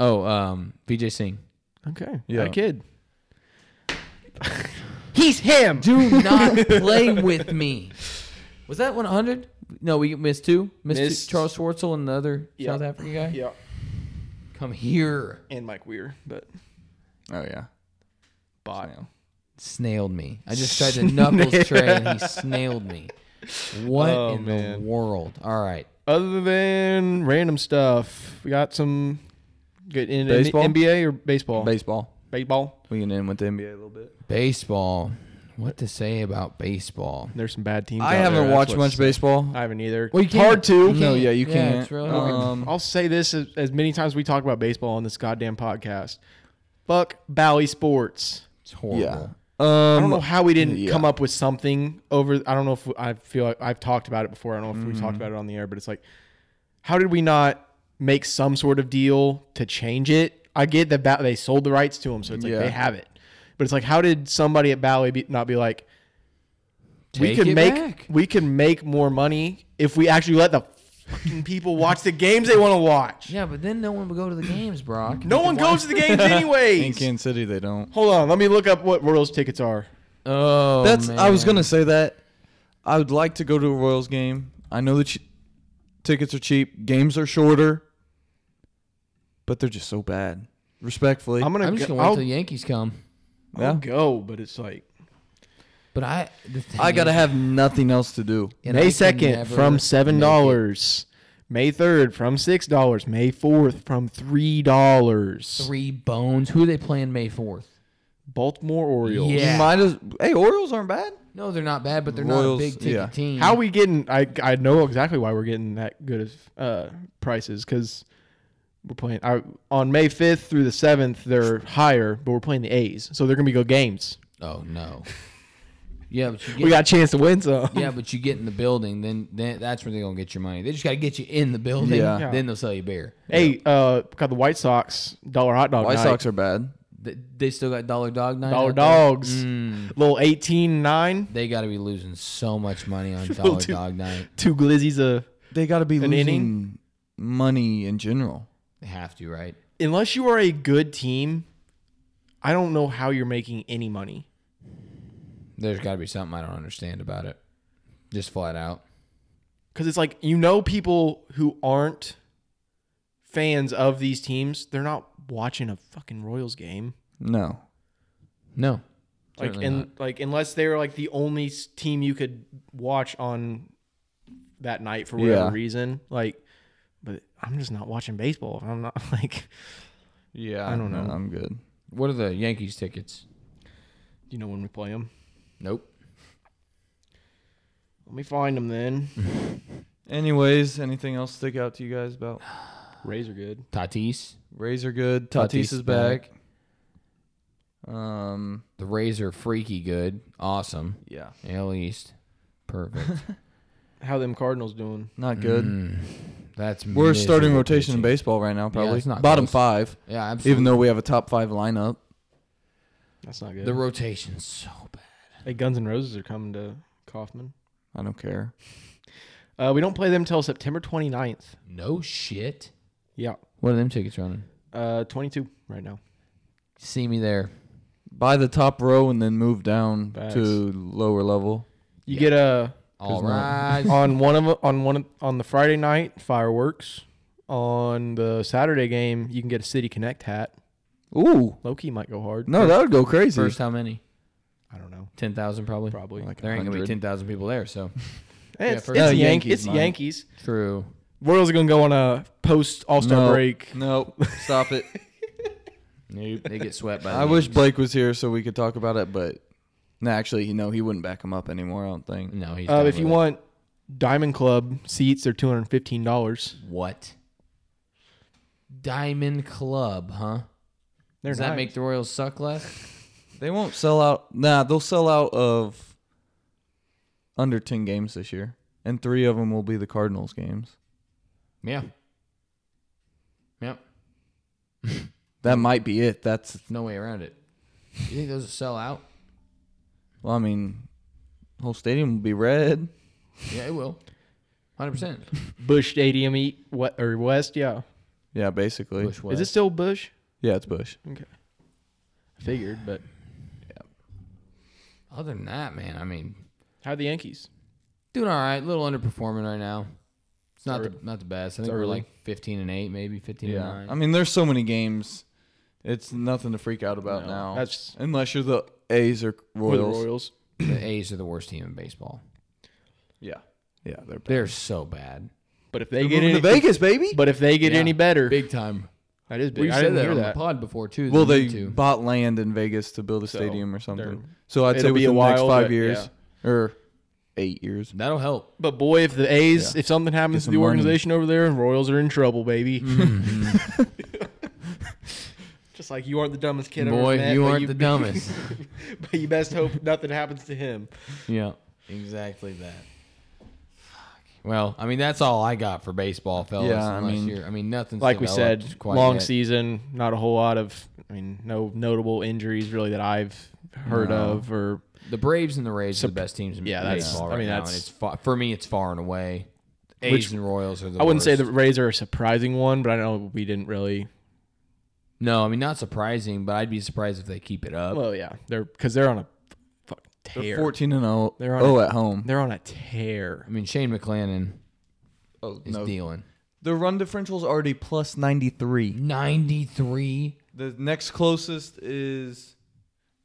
S3: oh, um, Vijay Singh.
S1: Okay. Yeah.
S2: Yeah.
S1: That kid.
S3: He's him. Do not play with me. Was that 100? No, we missed two. Missed, two-
S1: Missed.
S3: Charles Schwartzel and the other
S1: Yeah.
S3: South African guy.
S1: Yeah.
S3: Come here.
S1: And Mike Weir, but
S2: Oh yeah.
S1: bot.
S2: Snail.
S3: Snailed me. I just tried to knuckles tray and he snailed me. What
S1: Oh,
S3: in
S1: man.
S3: the world? All right.
S1: Other than random stuff, we got some good in in-
S2: Baseball?
S1: NBA or baseball.
S2: Baseball.
S1: baseball.
S2: We can end with the NBA a little bit.
S3: Baseball. What to say about baseball?
S1: There's some bad teams.
S2: I
S1: out there,
S2: haven't
S1: that's
S2: watched
S1: what's-
S2: much baseball.
S1: I haven't either.
S3: Well, you can't.
S2: Hard to.
S3: You
S2: No,
S3: can't.
S2: yeah, you
S3: Yeah,
S2: can't.
S3: it's really-
S2: um,
S1: I'll say this as, as many times we talk about baseball on this goddamn podcast. Fuck Bally Sports.
S3: It's horrible.
S2: yeah.
S1: I don't know
S2: Um,
S1: how we didn't
S2: yeah.
S1: come up with something over. I don't know if I feel like I've talked about it before. I don't know if we
S3: Mm-hmm.
S1: talked about it on the air, but it's like, how did we not make some sort of deal to change it? I get that ba- they sold the rights to them, so it's like
S2: Yeah.
S1: they have it. But it's like, how did somebody at Bally be, not be like, we
S3: Take
S1: can
S3: it
S1: make
S3: back.
S1: we can make more money if we actually let the fucking people watch the games they want to watch.
S3: Yeah, but then no one would go to the games, Brock.
S1: No one goes to the games *laughs* anyways.
S2: in Kansas City they don't.
S1: Hold on, let me look up what Royals tickets are.
S3: Oh,
S2: That's. I was
S3: man.
S2: gonna say that. I would like to go to a Royals game. I know the ch- tickets are cheap. Games are shorter, but they're just so bad. Respectfully,
S1: I'm gonna.
S3: I'm just
S1: go,
S3: gonna wait till
S1: I'll-
S3: the Yankees come.
S1: I'll
S2: yeah.
S1: go, but it's like
S3: But I, the thing
S2: I gotta
S3: is,
S2: have nothing else to do.
S3: and I
S1: May
S3: can
S1: second
S3: never
S1: from
S3: make
S1: seven
S3: it.
S1: dollars. May third from six dollars. May fourth from three dollars.
S3: Three bones. Who are they playing May fourth?
S1: Baltimore Orioles.
S3: Yeah.
S2: You might as. Hey, Orioles aren't bad.
S3: No, they're not bad, but they're
S2: Royals,
S3: not a big ticket
S2: yeah.
S3: team.
S1: How we getting? I I know exactly why we're getting that good of uh, prices because we're playing I, on May fifth through the seventh. They're higher, but we're playing the A's, so they're gonna be good games.
S3: Oh no. Yeah, but you get,
S1: We got a chance to win some.
S3: yeah, but you get in the building, then, then that's where they're gonna get your money. They just gotta get you in the building.
S2: Yeah.
S1: Yeah.
S3: Then they'll sell you beer.
S1: Hey, uh, got the White Sox dollar hot dog.
S2: White
S1: night.
S2: Sox are bad.
S3: They, they still got dollar dog night.
S1: dollar
S3: out there?
S1: dogs.
S2: Mm.
S1: Little eighteen nine,
S3: They gotta be losing so much money
S1: *laughs*
S3: on dollar
S1: too-
S3: dog night.
S1: two glizzies a.
S2: They got to be losing
S1: inning?
S2: money in general.
S3: They have to, right?
S1: Unless you are a good team, I don't know how you're making any money.
S3: There's gotta be something I don't understand about it. Just flat out.
S1: Because it's like you know people who aren't fans of these teams, they're not watching a fucking Royals game.
S2: No.
S3: No.
S1: Like
S3: Certainly
S1: and
S3: not.
S1: like unless they're like the only s- team you could watch on that night for whatever
S2: Yeah.
S1: reason. Like, but I'm just not watching baseball. I'm not *laughs* like
S2: Yeah,
S1: I don't
S2: no,
S1: know.
S2: I'm good.
S3: What are the Yankees tickets?
S1: you know when we play them.
S3: Nope.
S1: Let me find them then.
S2: Mm. Anyways, anything else stick out to you guys about
S1: Rays are good.
S3: Tatis.
S2: Rays are good.
S3: Tatis
S2: Tatis,
S3: is
S2: is back. Um,
S3: The Rays are freaky good. Awesome.
S2: yeah,
S3: AL East. *laughs* Perfect. Mm.
S1: How them Cardinals doing?
S2: not good.
S3: That's
S2: We're starting
S3: miserable
S2: rotation in
S3: pitching.
S2: baseball right now, probably
S3: it's not
S2: bottom
S3: close.
S2: five.
S3: Yeah, absolutely.
S2: Even though we have a top five lineup,
S1: That's not good.
S3: the rotation's so bad.
S1: hey, Guns and Roses are coming to Kaufman.
S2: I don't care.
S1: Uh, we don't play them till September 29th.
S3: No shit.
S1: Yeah,
S3: What are them tickets running?
S1: uh, 22 right now.
S3: See me there.
S2: Buy the top row and then move down
S1: Facts.
S2: to lower level.
S1: You
S3: Yeah.
S1: get a
S3: All
S2: not-
S3: right.
S1: on one of on one of- on the Friday night fireworks. On the Saturday game, you can get a City Connect hat.
S2: Ooh,
S1: Loki might go hard.
S2: no, that would go crazy.
S3: First, how many?
S1: I don't know.
S3: Ten thousand, probably.
S1: Probably.
S2: Like
S3: There ain't gonna be
S2: 100.
S3: ten thousand people there. So
S1: Eh, it's
S3: first-
S1: it's
S2: No,
S1: the Yankees.
S2: Yankees
S1: It's the
S2: might.
S1: Yankees.
S3: *laughs* true.
S1: Royals are gonna go on a post All Star
S2: No.
S1: break.
S2: No, stop it.
S3: Nope, they get swept by. The
S2: I
S3: Yankees.
S2: wish Blake was here so we could talk about it, but no, actually, you know, he wouldn't back him up anymore. I don't think.
S3: No, he's.
S1: Uh,
S3: done
S1: if you
S3: with it.
S1: want Diamond Club seats, they're two hundred fifteen dollars.
S3: what? Diamond Club, huh?
S1: They're
S3: Does that
S1: nice.
S3: make the Royals suck less?
S2: They won't sell out. Nah, they'll sell out of under ten games this year, and three of them will be the Cardinals games.
S3: Yeah. Yep.
S2: That might be it. That's
S3: No way around it. You think those will sell out?
S2: well, I mean, whole stadium will be red.
S3: Yeah, it will. Hundred percent.
S1: Bush Stadium Eat what or West? Yeah,
S2: Yeah, basically.
S3: Bush West.
S1: is it still Bush?
S2: Yeah, it's Bush.
S1: I figured, but
S3: Other than that, man, I mean,
S1: how the Yankees?
S3: doing all right. A little underperforming right now. It's not
S1: Ear-
S3: the, not the best. I think we're
S1: early.
S3: like fifteen and eight, maybe fifteen
S2: Yeah,
S3: and
S2: I
S3: nine.
S2: mean, there's so many games. It's nothing to freak out about
S1: No,
S2: now.
S1: that's-
S2: unless you're the A's or
S1: Or the
S2: Royals.
S1: Royals.
S3: the A's are the worst team in baseball.
S2: Yeah, yeah, they're
S3: They're so bad,
S1: But if they
S2: They're
S1: get
S2: moving
S1: any,
S2: to Vegas, baby.
S1: but if they get
S3: Yeah.
S1: any better,
S3: big time.
S1: that is big.
S3: We
S1: I
S3: said
S1: didn't
S3: that
S1: hear
S3: on
S1: that.
S3: the pod before too.
S2: Well,
S3: they
S2: they
S3: need to.
S2: bought land in Vegas to build a
S1: So,
S2: stadium or
S1: they're-
S2: something. So I'd say
S1: it'll be a e-
S2: within the next
S1: while,
S2: five
S1: but
S2: years or eight years.
S3: that'll help.
S1: But boy, if the A's,
S2: Yeah.
S1: if something happens
S2: Get
S1: to
S2: some
S1: the
S2: money.
S1: organization over there, and Royals are in trouble,
S3: *laughs*
S1: baby.
S3: Mm-hmm.
S1: *laughs* Just like you aren't the dumbest kid
S3: Boy,
S1: I've ever met,
S3: you
S1: but *laughs*
S3: aren't the dumbest.
S1: but you best hope nothing happens to him.
S3: *laughs* yeah, exactly that. Fuck. Well, I mean, that's all I got for baseball, fellas.
S2: Yeah, I
S3: unless
S2: mean-
S3: you're- I mean, nothing's
S1: Like we
S3: developed
S1: said,
S3: quite
S1: long
S3: yet.
S1: season, not a whole lot of, I mean, no notable injuries really that I've heard
S2: No.
S1: of or
S3: The Braves and the Rays are the best teams in
S1: yeah, that's-
S3: baseball
S1: I
S3: right
S1: mean,
S3: now,
S1: that's-
S3: and it's far, for me, it's far and away. A's
S1: Which-
S3: and Royals are the.
S1: I wouldn't say
S3: worst.
S1: the Rays are a surprising one, but I know we didn't really.
S3: No, I mean not surprising, but I'd be surprised if they keep it up.
S1: Well, yeah, they're because they're on a fucking
S2: They're
S1: tear. They're,
S2: 14 and 0,
S1: They're on
S2: 0 at home.
S1: on a tear.
S3: I mean Shane McClanahan
S2: Oh,
S3: is dealing
S2: The run differential's already plus 93.
S3: ninety three.
S2: The next closest is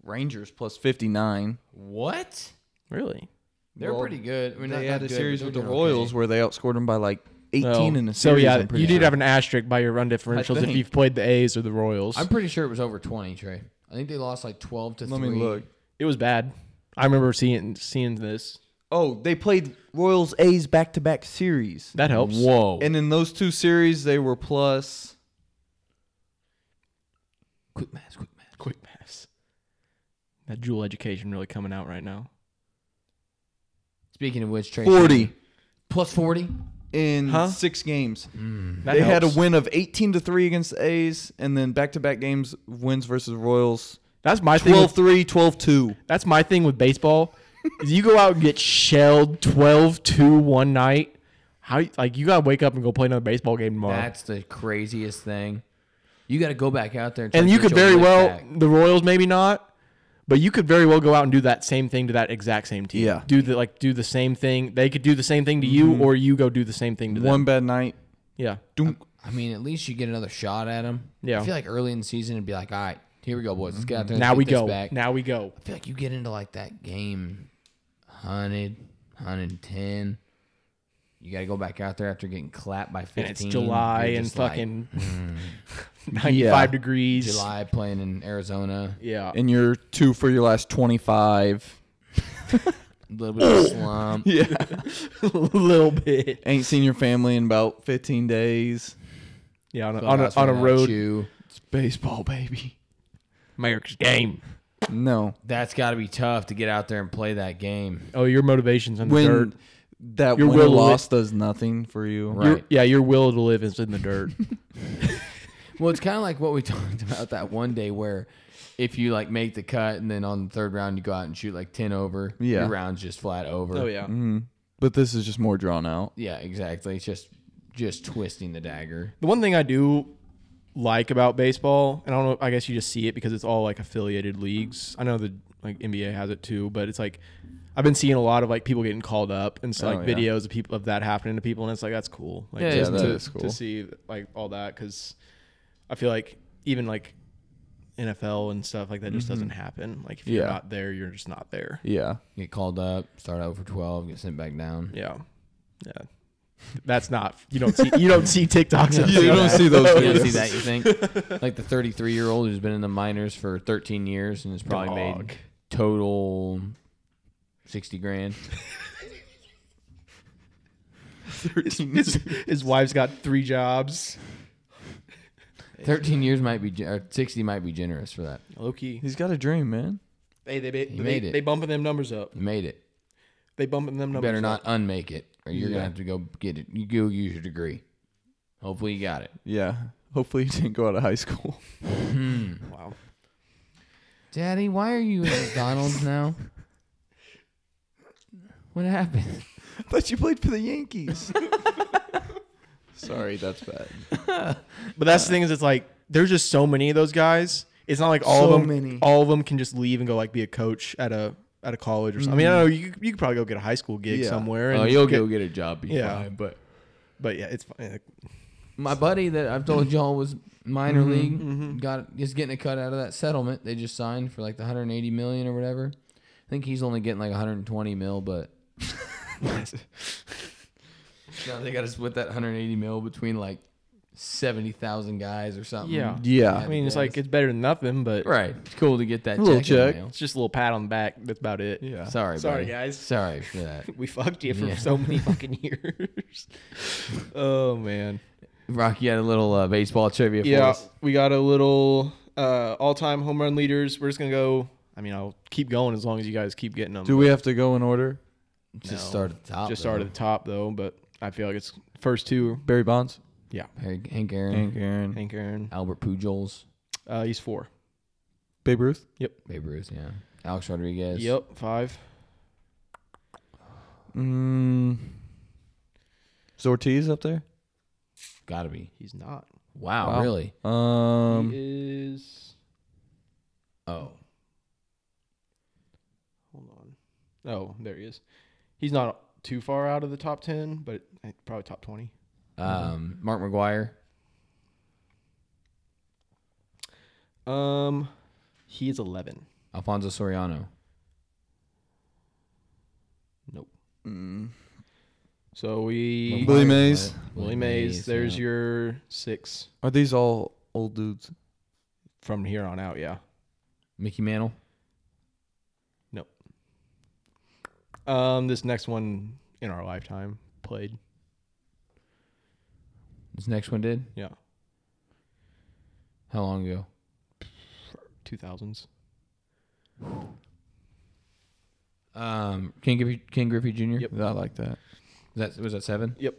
S2: Rangers plus 59.
S3: What?
S1: Really?
S3: They're
S2: Well,
S3: pretty good. I mean,
S2: they
S3: not,
S2: had
S3: not
S2: a
S3: good,
S2: series
S3: but
S2: with the
S3: they're doing
S2: Royals
S3: okay.
S2: where they outscored them by like 18
S1: No.
S2: in a series.
S1: So yeah,
S2: I'm
S1: you
S2: pretty
S1: need to
S2: sure.
S1: have an asterisk by your run differentials if
S2: think.
S1: you've played the A's or the Royals.
S3: I'm pretty sure it was over twenty, Trey. I think they lost like twelve to
S2: Let
S3: three.
S2: me look.
S1: it was bad. I remember seeing seeing this.
S2: Oh, they played Royals A's back to back series.
S1: That helps.
S3: Whoa!
S2: And in those two series, they were plus.
S3: quick math, quick math.
S1: Quick pass. That dual education really coming out right now.
S3: Speaking of which, Trey
S2: 40
S3: plus forty.
S2: in
S1: Huh?
S2: six games.
S1: That
S2: Mm-hmm. they had a
S1: helps.
S2: win of 18 to 3 against the A's and then back-to-back games wins versus Royals
S1: That's my thing. With,
S2: 12-3, 12-2.
S1: that's my thing with baseball. is you go out and get shelled 12-2 one night. How like you gotta wake up and go play another baseball game tomorrow.
S3: That's the craziest thing. You got to go back out there, and, try
S1: and
S3: to
S1: you
S3: get
S1: could
S3: your
S1: very
S3: lick
S1: well
S3: back.
S1: the Royals maybe not, but you could very well go out and do that same thing to that exact same team.
S2: Yeah.
S1: Do the like do the same thing. They could do the same thing to you, or you go do the same thing to them.
S2: One bad night.
S1: Yeah.
S2: Doom.
S3: I mean, at least you get another shot at them.
S1: Yeah.
S3: I feel like early in the season, it'd be like, all right, here we go, boys. Let's get out there.
S1: Now
S3: let's
S1: we
S3: get this
S1: go.
S3: Back.
S1: Now we go.
S3: I feel like you get into like that game 100, 110. You got to go back out there after getting clapped by 15.
S1: And it's July
S3: You're
S1: and
S3: just like, mm.
S1: fucking *laughs* 95 degrees. *laughs*
S3: July playing in Arizona.
S1: Yeah.
S2: And you're two for your last 25.
S3: A little
S1: *coughs*
S3: bit of a slump.
S2: Yeah.
S1: *laughs* a little bit.
S2: Ain't seen your family in about 15 days.
S1: Yeah, on a, on a,
S3: Clubhouse
S1: on a
S3: without
S1: road.
S3: you.
S2: It's baseball, baby.
S1: America's game.
S2: No.
S3: That's got to be tough to get out there and play that game.
S1: Oh, your motivation's in the
S2: When
S1: dirt.
S2: that
S1: Your
S2: win
S1: will
S2: or
S1: to
S2: loss does nothing for you.
S3: Right.
S1: Your, yeah, your will to live is in the *laughs* dirt.
S3: Well, it's kind of like what we *laughs* talked about that one day where if you like make the cut and then on the third round you go out and shoot like 10 over,
S2: Yeah.
S3: your round's just flat over.
S1: Oh, yeah.
S2: Mhm. But this is just more drawn out.
S3: Yeah, exactly. It's just just twisting the dagger.
S1: The one thing I do like about baseball, and I don't know, I guess you just see it because it's all like affiliated leagues. I know the like NBA has it too, but it's like I've been seeing a lot of like people getting called up and so
S2: Oh,
S1: like
S2: yeah.
S1: videos of people of that happening to people, and it's like that's cool. Like,
S3: Yeah,
S1: just
S3: yeah,
S1: to,
S2: that is cool.
S1: to see like all that because I feel like even like NFL and stuff like that just doesn't happen. Like if you're
S2: Mm-hmm. Yeah.
S1: not there, you're just not there.
S2: Yeah.
S3: Get called up, start out for 12, get sent back down.
S1: Yeah, yeah. That's not you don't see you don't
S2: *laughs*
S1: see TikToks. of
S2: Yeah, you
S1: that.
S2: don't
S1: *laughs*
S2: see those
S1: Oh,
S3: You don't see
S2: videos.
S3: that, you think? Like the 33 year old who's been in the minors for 13 years and has probably
S1: Dog.
S3: made total 60 grand. *laughs*
S1: His, his wife's got three jobs.
S3: 13 years might be, gen- or 60 might be generous for that.
S1: Low key.
S2: He's got a dream, man.
S1: Hey, they they, they,
S3: made it.
S1: they bumping them numbers up.
S3: You made it.
S1: They bumping them
S3: You
S1: numbers.
S3: better
S1: up.
S3: not unmake it, or you're
S2: Yeah.
S3: gonna have to go get it. You go use your degree. Hopefully, you got it.
S2: Yeah. Hopefully he didn't go out of high school. *laughs*
S1: Wow.
S3: Daddy, why are you at McDonald's now? What happened?
S2: I thought you played for the *laughs* Yankees. Sorry, that's bad.
S1: But that's the thing is, it's like there's just so many of those guys. It's not like all
S2: So
S1: of them.
S2: many.
S1: All of them can just leave and go like be a coach at a at a college or something. I mean, I don't know you you could probably go get a high school gig
S2: Yeah.
S1: somewhere. And
S3: Mm-hmm. Oh, you'll
S1: get,
S3: go get a job. Be
S1: Yeah.
S3: fine, but
S1: But yeah, it's fine.
S3: my buddy that I've told y'all was minor league got is getting a cut out of that settlement they just signed for like the 180 million or whatever. I think he's only getting like 120 mil, *laughs* but now they got to split that 180 mil between like 70,000 guys or something.
S1: Yeah.
S2: Yeah.
S1: I mean, it's like it's better than nothing, but
S3: Right. It's cool to get that
S2: little
S3: check. in the
S2: check.
S3: mail.
S1: it's just a little pat on the back. That's about it.
S2: Yeah.
S3: Sorry,
S1: Sorry,
S3: buddy.
S1: guys.
S3: Sorry
S1: *laughs*
S3: for that.
S1: We fucked you for
S3: Yeah.
S1: so many fucking *laughs* years. oh man.
S3: Rocky had a little uh, baseball trivia for
S1: Yeah,
S3: us.
S1: we got a little uh, all-time home run leaders. We're just gonna go. I mean, I'll keep going as long as you guys keep getting them.
S2: Do we have to go in order?
S3: Just
S1: No.
S3: start at the top.
S1: Just start
S3: though.
S1: at the top though, but I feel like it's first two.
S2: Barry Bonds.
S1: Yeah,
S3: Hank, Hank Aaron,
S2: Hank Aaron.
S1: Hank Aaron.
S3: Albert Pujols,
S1: Uh, he's four.
S2: Babe Ruth.
S3: Babe Ruth, yeah. Alex Rodriguez.
S1: Yep, five.
S2: Mm. Is Ortiz up there?
S3: Gotta be.
S1: He's not.
S3: Wow,
S2: Wow.
S3: really?
S2: Um,
S1: he is.
S3: Oh.
S1: Hold on. Oh, there he is. He's not too far out of the top ten, but eh, probably top twenty.
S3: Um, Mark McGuire.
S1: Um, he is eleven.
S3: Alfonso Soriano.
S1: Nope.
S2: mm,
S1: So we.
S2: Willie Mays.
S1: Willie Mays. There's your six
S2: Are these all old dudes?
S1: from here on out. Yeah.
S3: Mickey Mantle.
S1: Um, this next one in our lifetime played.
S3: This next one did.
S1: Yeah,
S3: How long ago?
S1: two thousands.
S3: Um, King Griffey, King Griffey Jr.
S1: Yep.
S2: I like that.
S3: Was that was that seven?
S1: Yep.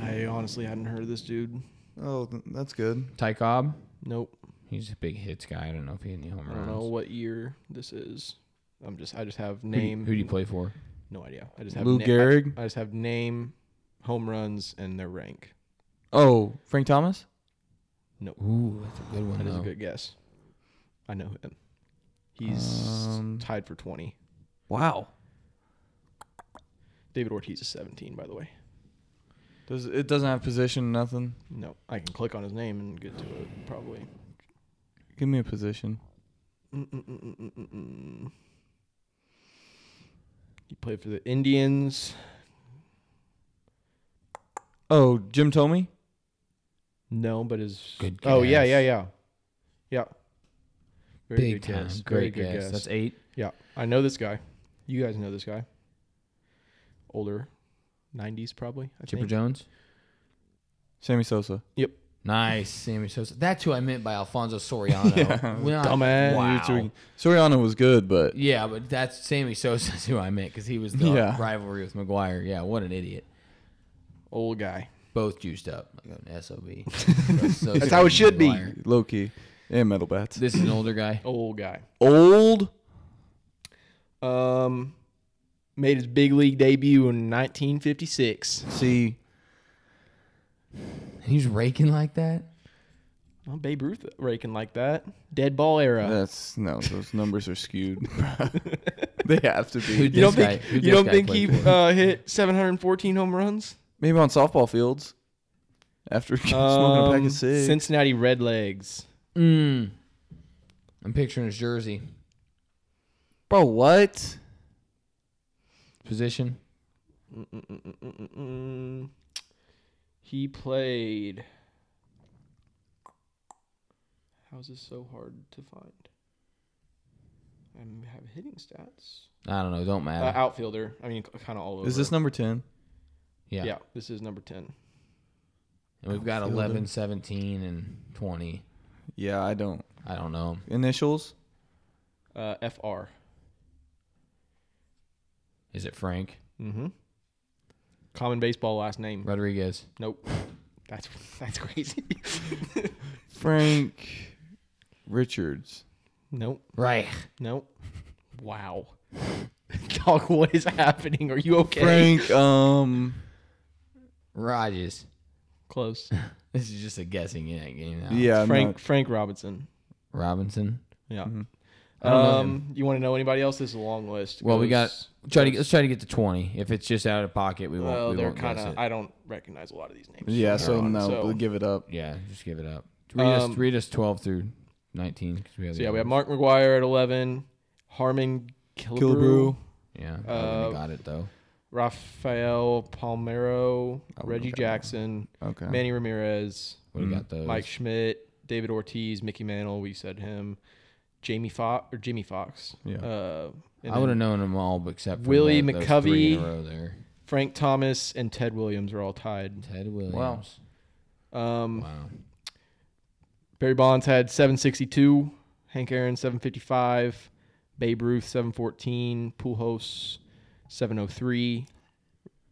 S1: I honestly hadn't heard of this dude.
S2: Oh, th- that's good.
S3: Ty Cobb.
S1: Nope.
S3: He's a big hits guy. I don't know if he had any home
S1: I
S3: runs.
S1: don't know what year this is. I'm just. I just have
S3: Who do you-
S1: name.
S3: Who do you play for?
S1: no idea. I just have
S2: Lou
S1: na-
S2: Gehrig.
S1: I, I just have name, home runs, and their rank.
S2: Oh, Frank Thomas.
S3: Ooh, that's a good one.
S1: That is a
S3: though.
S1: good guess. I know him. He's
S2: Um,
S1: tied for twenty.
S2: Wow.
S1: David Ortiz is seventeen, by the way.
S2: Does it doesn't have position? Nothing.
S1: No, I can click on his name and get to it probably.
S2: Give me a position.
S1: Mm-mm-mm-mm-mm-mm. He played for the Indians.
S2: Oh, Jim Tomey.
S1: No, but his
S3: Good
S1: oh yeah
S3: guess.
S1: yeah yeah yeah. Very
S3: Big
S1: good
S3: time.
S1: guess.
S3: Great
S1: Very good
S3: guess. That's eight.
S1: yeah, I know this guy. You guys know this guy. Older, nineties probably. I
S3: Chipper
S1: think.
S3: Jones.
S2: Sammy Sosa.
S3: Nice, Sammy Sosa. That's who I meant by Alfonso
S1: *laughs*
S3: Soriano.
S2: Yeah.
S3: We're not-
S1: Dumbass.
S3: Wow.
S2: You're too- Soriano was good, but
S3: Yeah, but that's Sammy Sosa's *laughs* who I meant because he was the
S2: Yeah.
S3: rivalry with McGuire. Yeah, what an idiot.
S1: Old guy.
S3: Both juiced up like oh,
S1: *laughs*
S3: an SOB. Sosa
S1: That's how it
S3: and
S1: should be.
S3: Maguire.
S2: low key and metal bats.
S3: This is an older guy.
S1: Old guy.
S2: Old.
S1: Um, made his big league debut in 1956.
S2: See,
S3: He's raking like that.
S1: Well, Babe Ruth raking like that. Dead ball era.
S2: that's no. Those numbers are *laughs* skewed. they have to
S3: Who
S2: be.
S1: You don't
S3: this
S1: think
S3: guy- who
S1: you
S3: this
S1: don't
S3: guy
S1: think he
S3: played for?
S1: uh, hit 714 home runs?
S2: Maybe on softball fields. After *laughs* smoking a pack
S1: Um,
S2: of cigs.
S1: Cincinnati Red Legs.
S3: Mm. I'm picturing his jersey
S2: Bro, what?
S3: position.
S1: Mm-mm-mm-mm-mm-mm. He played. How's this so hard to find? I have hitting stats.
S3: I don't know. Don't matter.
S1: Uh, outfielder. I mean, kind of all over.
S2: Is this number 10?
S3: yeah.
S1: Yeah. this is number ten.
S3: And we've got
S2: Outfielder.
S3: 11, 17, and 20.
S2: Yeah, I don't.
S3: I don't know.
S2: Initials?
S1: Uh, Fr.
S3: Is it Frank
S1: Mm-hmm. Common baseball last name.
S3: Rodriguez?
S1: Nope. *laughs* That's that's crazy.
S2: Frank Richards.
S1: nope.
S3: Right.
S1: Nope. Wow. *laughs* Dog, what is happening? Are you okay? *laughs*
S2: Frank, um,
S3: Rogers.
S1: Close.
S3: This is just a guessing game now.
S2: yeah, I'm
S1: Frank
S2: not-
S1: Frank Robinson.
S3: Robinson.
S1: Yeah.
S2: Mhm.
S3: I don't know
S1: Um, you want to know anybody else? This is a long list.
S3: Well, we
S1: 'cause-
S3: Try to get, let's try to get to twenty. If it's just out of pocket, we won't.
S1: Well,
S3: we
S1: they're
S3: won't guess
S1: kind of.
S3: it.
S1: I don't recognize a lot of these names.
S2: Yeah,
S1: from
S2: so
S1: here on,
S2: no,
S1: So,
S2: we'll give it up.
S3: Yeah, just give it up. Read,
S1: Um,
S3: us, read us twelve through nineteen. 'cause we have
S1: so
S3: the
S1: yeah, we have
S3: others.
S1: Mark McGuire at eleven, Harmon Killebrew,
S2: Killebrew.
S3: Yeah, I wouldn't have
S1: uh,
S3: got it though.
S1: Rafael
S3: Oh,
S1: Palmero,
S2: I wouldn't
S1: Reggie
S2: have gotten that.
S1: Jackson,
S2: Okay.
S1: Manny Ramirez, Mm-hmm.
S3: Would have
S2: mm,
S3: got those.
S1: Mike Schmidt, David Ortiz, Mickey Mantle. We said him, Jamie Fox or Jimmy Fox.
S2: Yeah.
S1: Uh, and
S3: I would
S1: then
S3: have known them all but except for
S1: Willie
S3: the- those three in
S1: McCovey.
S3: a row there.
S1: Frank Thomas and Ted Williams are all tied.
S3: Ted Williams.
S2: Wow.
S1: Um,
S3: Wow.
S1: Barry Bonds had 762, Hank Aaron 755, Babe Ruth 714, Pujols 703,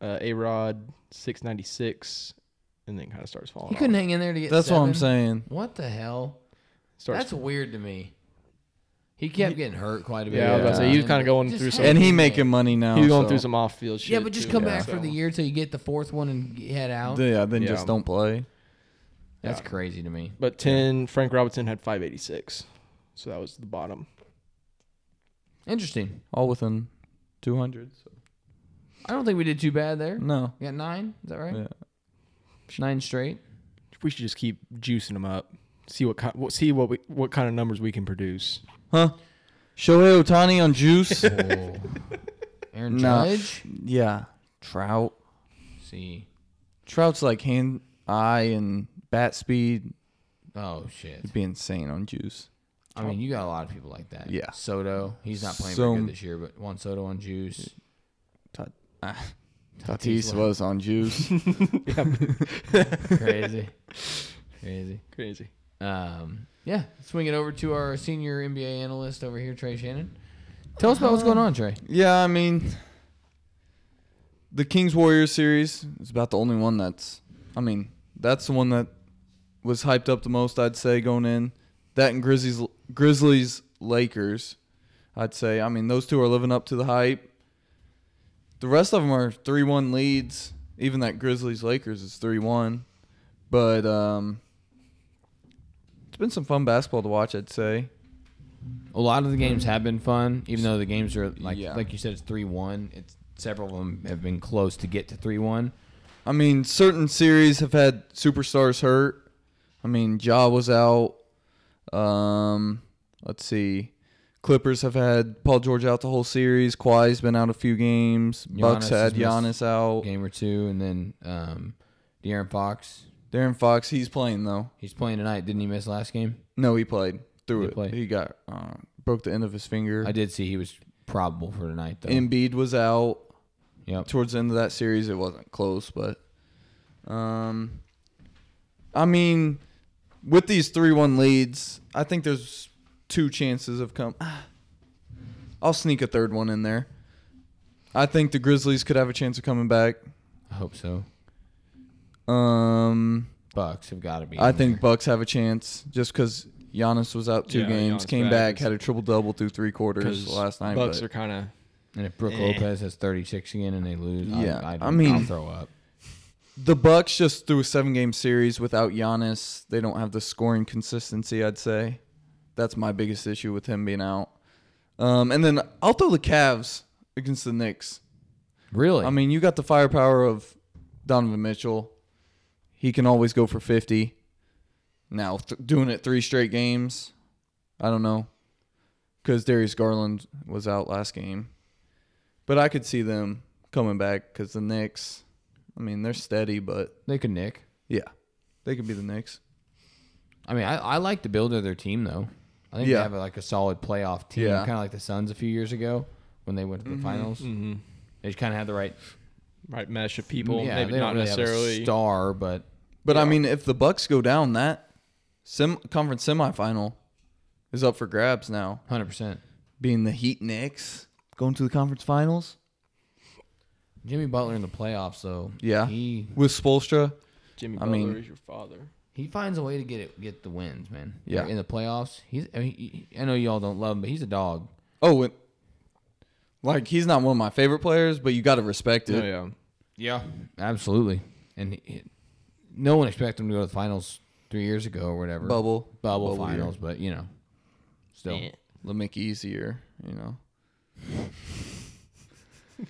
S1: uh, A Rod 696, and then kind of starts falling.
S3: He
S1: off.
S3: couldn't hang in there to get.
S2: That's what I'm
S3: seven?
S2: saying.
S3: What the hell?
S1: Starts-
S3: That's weird to me. He kept getting hurt quite a bit.
S1: yeah, I was about to say he was
S3: Yeah.
S1: kind of going
S3: Just
S1: through some.
S3: hang
S2: And he
S3: in
S2: making
S3: there.
S2: money now.
S1: he was going through
S2: so-
S1: some off-field shit.
S3: Yeah, but just
S1: too,
S3: come
S1: yeah,
S3: back for
S1: so.
S3: the year till you get the fourth one and get- head out.
S2: Yeah, then
S1: Yeah.
S2: just don't play.
S3: That's
S1: Yeah.
S3: crazy to me.
S1: But ten, Frank Robinson had 586, so that was the bottom.
S3: Interesting.
S2: All within 200. So.
S3: I don't think we did too bad there.
S2: No.
S3: We got nine. Is that right?
S2: Yeah.
S3: Nine straight.
S1: We should just keep juicing them up. See what kind, what, see what we, what kind of numbers we can *laughs* produce.
S2: Huh? Shohei Otani
S1: *laughs*
S2: on juice?
S3: Oh. *laughs* Aaron
S2: No.
S3: Judge.
S2: yeah. Trout.
S3: See.
S2: Trout's like hand, eye, and bat speed.
S3: Oh shit.
S2: It'd be insane on juice.
S3: I mean, you got a lot of people like that.
S2: Yeah.
S3: Soto. He's not playing
S2: So-
S3: very good this year, but Juan Soto
S2: *laughs*
S3: on juice.
S2: Tot- ah, Tatis was on *laughs* juice.
S3: Crazy. Crazy.
S1: *laughs* Crazy.
S3: Um, yeah. Swing it over to our senior NBA analyst over here, Trey Shannon. Tell us about what's going on, Trey.
S2: yeah, I mean, the Kings Warriors series is about the only one that's, I mean, that's the one that was hyped up the most, I'd say, going in. That and Grizzlies, Grizzlies Lakers, I'd say. I mean, those two are living up to the hype. The rest of them are 3 1 leads. Even that Grizzlies Lakers is 3 1. But um, it's been some fun basketball to watch, I'd say.
S3: A lot of the games have been fun, even though the games are like
S2: Yeah.
S3: like you said, it's three one. It's several of them have been close to get to three one.
S2: I mean, certain series have had superstars hurt. I mean, Ja was out. Um, let's see. Clippers have had Paul George out the whole series. Kawhi's been out a few games. Bucks
S3: Giannis
S2: had
S3: has missed
S2: Giannis out.
S3: Game or two, and then um, De'Aaron Fox.
S2: Darren Fox, he's playing though.
S3: He's playing tonight. Didn't he miss last game?
S2: No, he played through
S3: He
S2: it.
S3: played.
S2: He got uh, broke the end of his finger.
S3: I did see he was probable for tonight though.
S2: Embiid was out.
S3: yep.
S2: towards the end of that series it wasn't close but um i mean with these 3-1 leads i think there's two chances of come *sighs* Ah. i'll sneak a third one in there i think the grizzlies could have a chance of coming back
S3: I hope so.
S2: um
S3: Bucks have got to be.
S2: i
S3: in
S2: think
S3: there.
S2: bucks have a chance just because Giannis was out two
S1: Yeah,
S2: games,
S1: Giannis
S2: came
S1: back.
S2: back, had a triple double through three quarters
S1: Because
S2: last night.
S1: Bucks
S2: but-
S1: are kind of
S3: and if Brooke
S1: Eh.
S3: Lopez has 36 again and they lose,
S2: Yeah,
S3: I, I,
S2: I mean-
S3: I'll throw up.
S2: The Bucks just threw a seven game series without Giannis. They don't have the scoring consistency, I'd say. That's my biggest issue with him being out. Um, and then I'll throw the Cavs against the Knicks.
S3: Really?
S2: I mean, you got the firepower of Donovan Mitchell. He can always go for 50. Now, th- doing it three straight games, I don't know. Because Darius Garland was out last game. But I could see them coming back because the Knicks, I mean, they're steady, but
S3: They could nick.
S2: yeah, they could be the Knicks.
S3: I mean, I, I like the build of their team though. I think
S2: Yeah.
S3: they have like a solid playoff team,
S2: Yeah.
S3: kind of like the Suns a few years ago when they went to the finals.
S1: Mm-hmm.
S3: They just kind of had the right, Mm,
S1: Right mesh of people.
S3: yeah,
S1: maybe
S3: they
S1: not
S3: don't really have
S1: necessarily.
S3: a star, but
S2: But I mean, if the Bucks go down, that sem- conference semifinal is up for grabs now.
S3: hundred percent.
S2: Being the Heat Knicks going to the conference finals,
S3: Jimmy Butler in the playoffs though.
S2: Yeah.
S3: he
S2: with Spolstra,
S1: Jimmy
S2: I mean-
S1: is your father.
S3: he finds a way to get it, get the wins, man.
S2: Yeah.
S3: in the playoffs, he's. I, mean, he- I know y'all don't love him, but he's a dog.
S2: Oh, and, like he's not one of my favorite players, but you got to respect it.
S1: Oh yeah.
S3: Yeah, absolutely. And he, he- no one expected him to go to the finals three years ago or whatever.
S2: Bubble,
S3: bubble,
S2: Bubble year.
S3: finals, but you know, still.
S2: It'll make it easier, you know.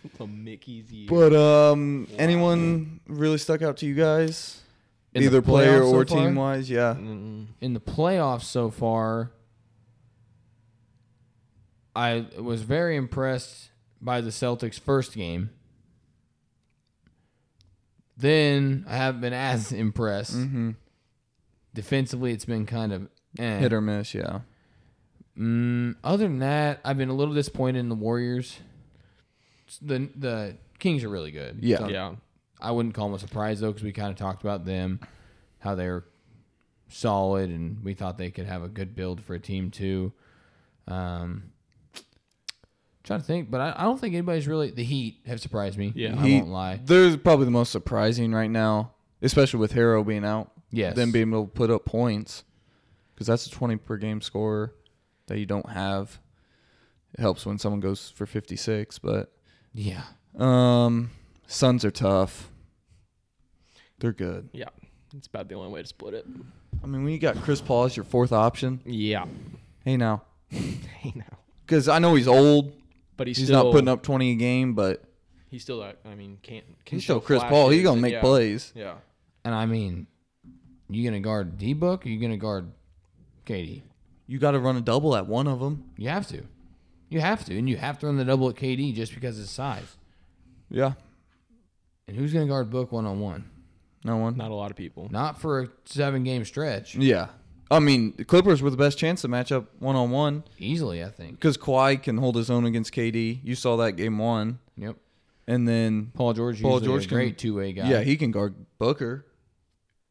S1: Little Mickey's ear.
S2: But um, anyone really stuck out to you guys,
S3: In the
S2: either player
S3: playoffs so
S2: or
S3: far? Mm-hmm.
S2: team wise? Yeah,
S1: Mm-mm.
S3: in the playoffs so far, I was very impressed by the Celtics' first game. Then I haven't been as *laughs* impressed.
S2: mm-hmm.
S3: Defensively, it's been kind of eh.
S2: hit or miss. Yeah,
S3: Mm, other than that, I've been a little disappointed in the Warriors. S- The the Kings are really good.
S2: Yeah.
S3: So
S1: Yeah.
S3: I wouldn't call them a surprise though, because we kind of talked about them, how they're solid, and we thought they could have a good build for a team too. Um, trying to think, but I, I don't think anybody's really the Heat have surprised me.
S1: Yeah.
S3: I
S2: Heat-
S3: won't lie.
S2: they're probably the most surprising right now, especially with Harrow being out.
S3: Yes.
S2: them being able to put up points because that's a twenty per game score that you don't have. It helps when someone goes for fifty six, but
S3: Yeah,
S2: Um, Suns are tough. They're good.
S1: Yeah. It's about the only way to split it.
S2: I mean, when you got Chris Paul as your fourth option,
S1: Yeah. *laughs*
S2: hey now,
S1: I know.
S2: because I know he's old.
S1: But he's,
S2: He's
S1: still
S2: not putting up twenty a game, but
S1: He's still. uh, I mean, can't. Can
S2: he's
S1: show
S2: still Chris Paul. He's
S1: flashes
S2: gonna
S1: and-
S2: make
S1: yeah.
S2: plays.
S1: Yeah.
S3: and I mean, you gonna guard D Book? You gonna guard Katie?
S2: You got to run a double at one of them.
S3: You have to. You have to, and you have to run the double at KD just because of his size.
S2: Yeah,
S3: And who's going to guard Book one on one?
S2: no one.
S1: Not a lot of people.
S3: Not for a seven game stretch.
S2: Yeah, I mean, the Clippers were the best chance to match up one on one
S3: Easily, I think.
S2: because Kawhi can hold his own against KD. You saw that game one,
S3: Yep.
S2: and then
S3: Paul George.
S2: Paul
S3: Paul George,
S2: George
S3: a great
S2: can-
S3: two way guy.
S2: yeah, he can guard Booker.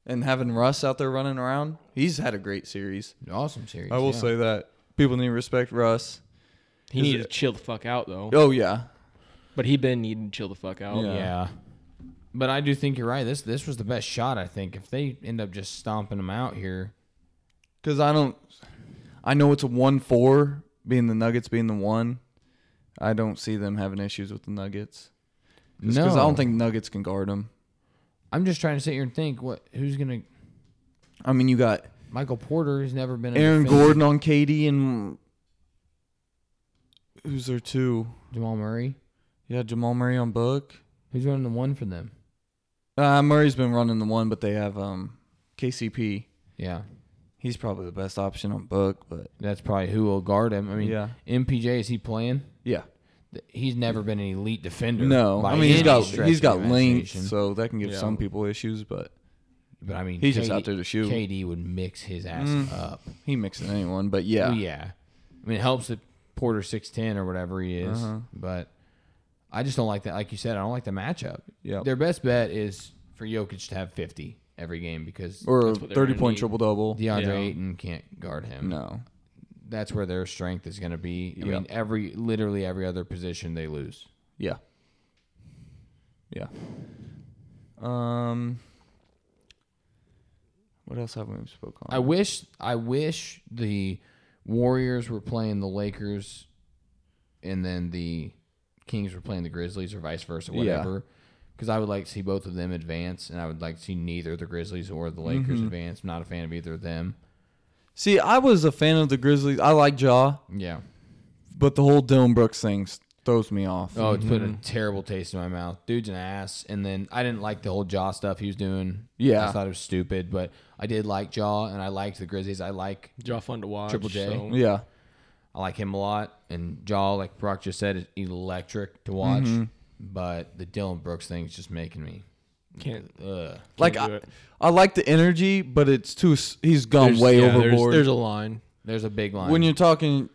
S2: And having Russ out there running around, he's had a great series.
S3: awesome series.
S2: I will
S3: yeah.
S2: say that people need to respect Russ.
S1: He
S2: Is
S1: needed
S2: it-
S1: to chill the fuck out though.
S2: Oh yeah,
S1: But he been needing to chill the fuck out.
S2: Yeah.
S3: Yeah. But I do think you're right. This this was the best shot. I think if they end up just stomping him out here,
S2: because I don't. I know it's a one four being the Nuggets being the one. I don't see them having issues with the Nuggets. Just 'cause I
S3: No.
S2: don't think Nuggets can guard them.
S3: I'm just trying to sit here and think what who's gonna.
S2: I mean, you got
S3: Michael Porter has never been. a
S2: Aaron
S3: defender.
S2: Gordon on KD and who's there two?
S3: Jamal Murray.
S2: Yeah, Jamal Murray on Book.
S3: Who's running the one for them?
S2: Uh, Murray's been running the one, but they have um KCP.
S3: Yeah,
S2: He's probably the best option on Book, but
S3: that's probably who will guard him. I mean,
S2: Yeah.
S3: MPJ is he playing?
S2: yeah.
S3: Th- He's never been an elite defender.
S2: No,
S3: by
S2: I mean he's
S3: any
S2: got
S3: stretch
S2: he's
S3: of
S2: got
S3: the
S2: length,
S3: imagination.
S2: so that can give
S1: Yeah.
S2: some people issues, but
S3: But I mean,
S2: He's just out there to shoot. Mm.
S3: KD would mix his ass up.
S2: he mixing anyone. But yeah,
S3: Oh, yeah. I mean, it helps that Porter six ten or whatever he is,
S2: Uh-huh.
S3: but I just don't like that. Like you said, I don't like the matchup.
S2: Yep.
S3: Their best bet is for Jokic to have fifty every game because
S2: or
S1: That's what they're
S2: thirty
S1: gonna
S2: point
S1: need.
S2: triple double.
S3: DeAndre
S1: Yeah.
S3: Ayton can't guard him.
S2: No,
S3: That's where their strength is going to be. I
S2: Yep.
S3: mean, every literally every other position they lose.
S2: yeah, yeah. Um, what else have we spoke on?
S3: I wish I wish the Warriors were playing the Lakers and then the Kings were playing the Grizzlies or vice versa,
S2: Yeah.
S3: whatever. Because I would like to see both of them advance, and I would like to see neither the Grizzlies or the Lakers
S2: Mm-hmm.
S3: advance. I'm not a fan of either of them.
S2: See, I was a fan of the Grizzlies. I like Jaw,
S3: Yeah.
S2: but the whole Dylan Brooks thing s- throws me off.
S3: Oh, it's put
S2: Mm-hmm.
S3: a terrible taste in my mouth. Dude's an ass. And then I didn't like the whole Jaw stuff he was doing.
S2: Yeah.
S3: I thought it was stupid, but I did like Jaw, and I liked the Grizzlies. I like
S1: Jaw fun to watch.
S3: Triple J.
S1: so-
S2: Yeah,
S3: I like him a lot, and Jaw, like Brock
S2: Mm-hmm.
S3: just said, is electric to watch. But the Dylan Brooks thing is just making me
S1: Can't.
S3: Ugh.
S2: Like
S1: Can't do
S2: I,
S1: it.
S2: I like the energy, but it's too. s- He's gone
S1: There's-
S2: way
S1: yeah, there's-
S2: overboard.
S1: There's, a line.
S3: There's a big line.
S2: when you're talking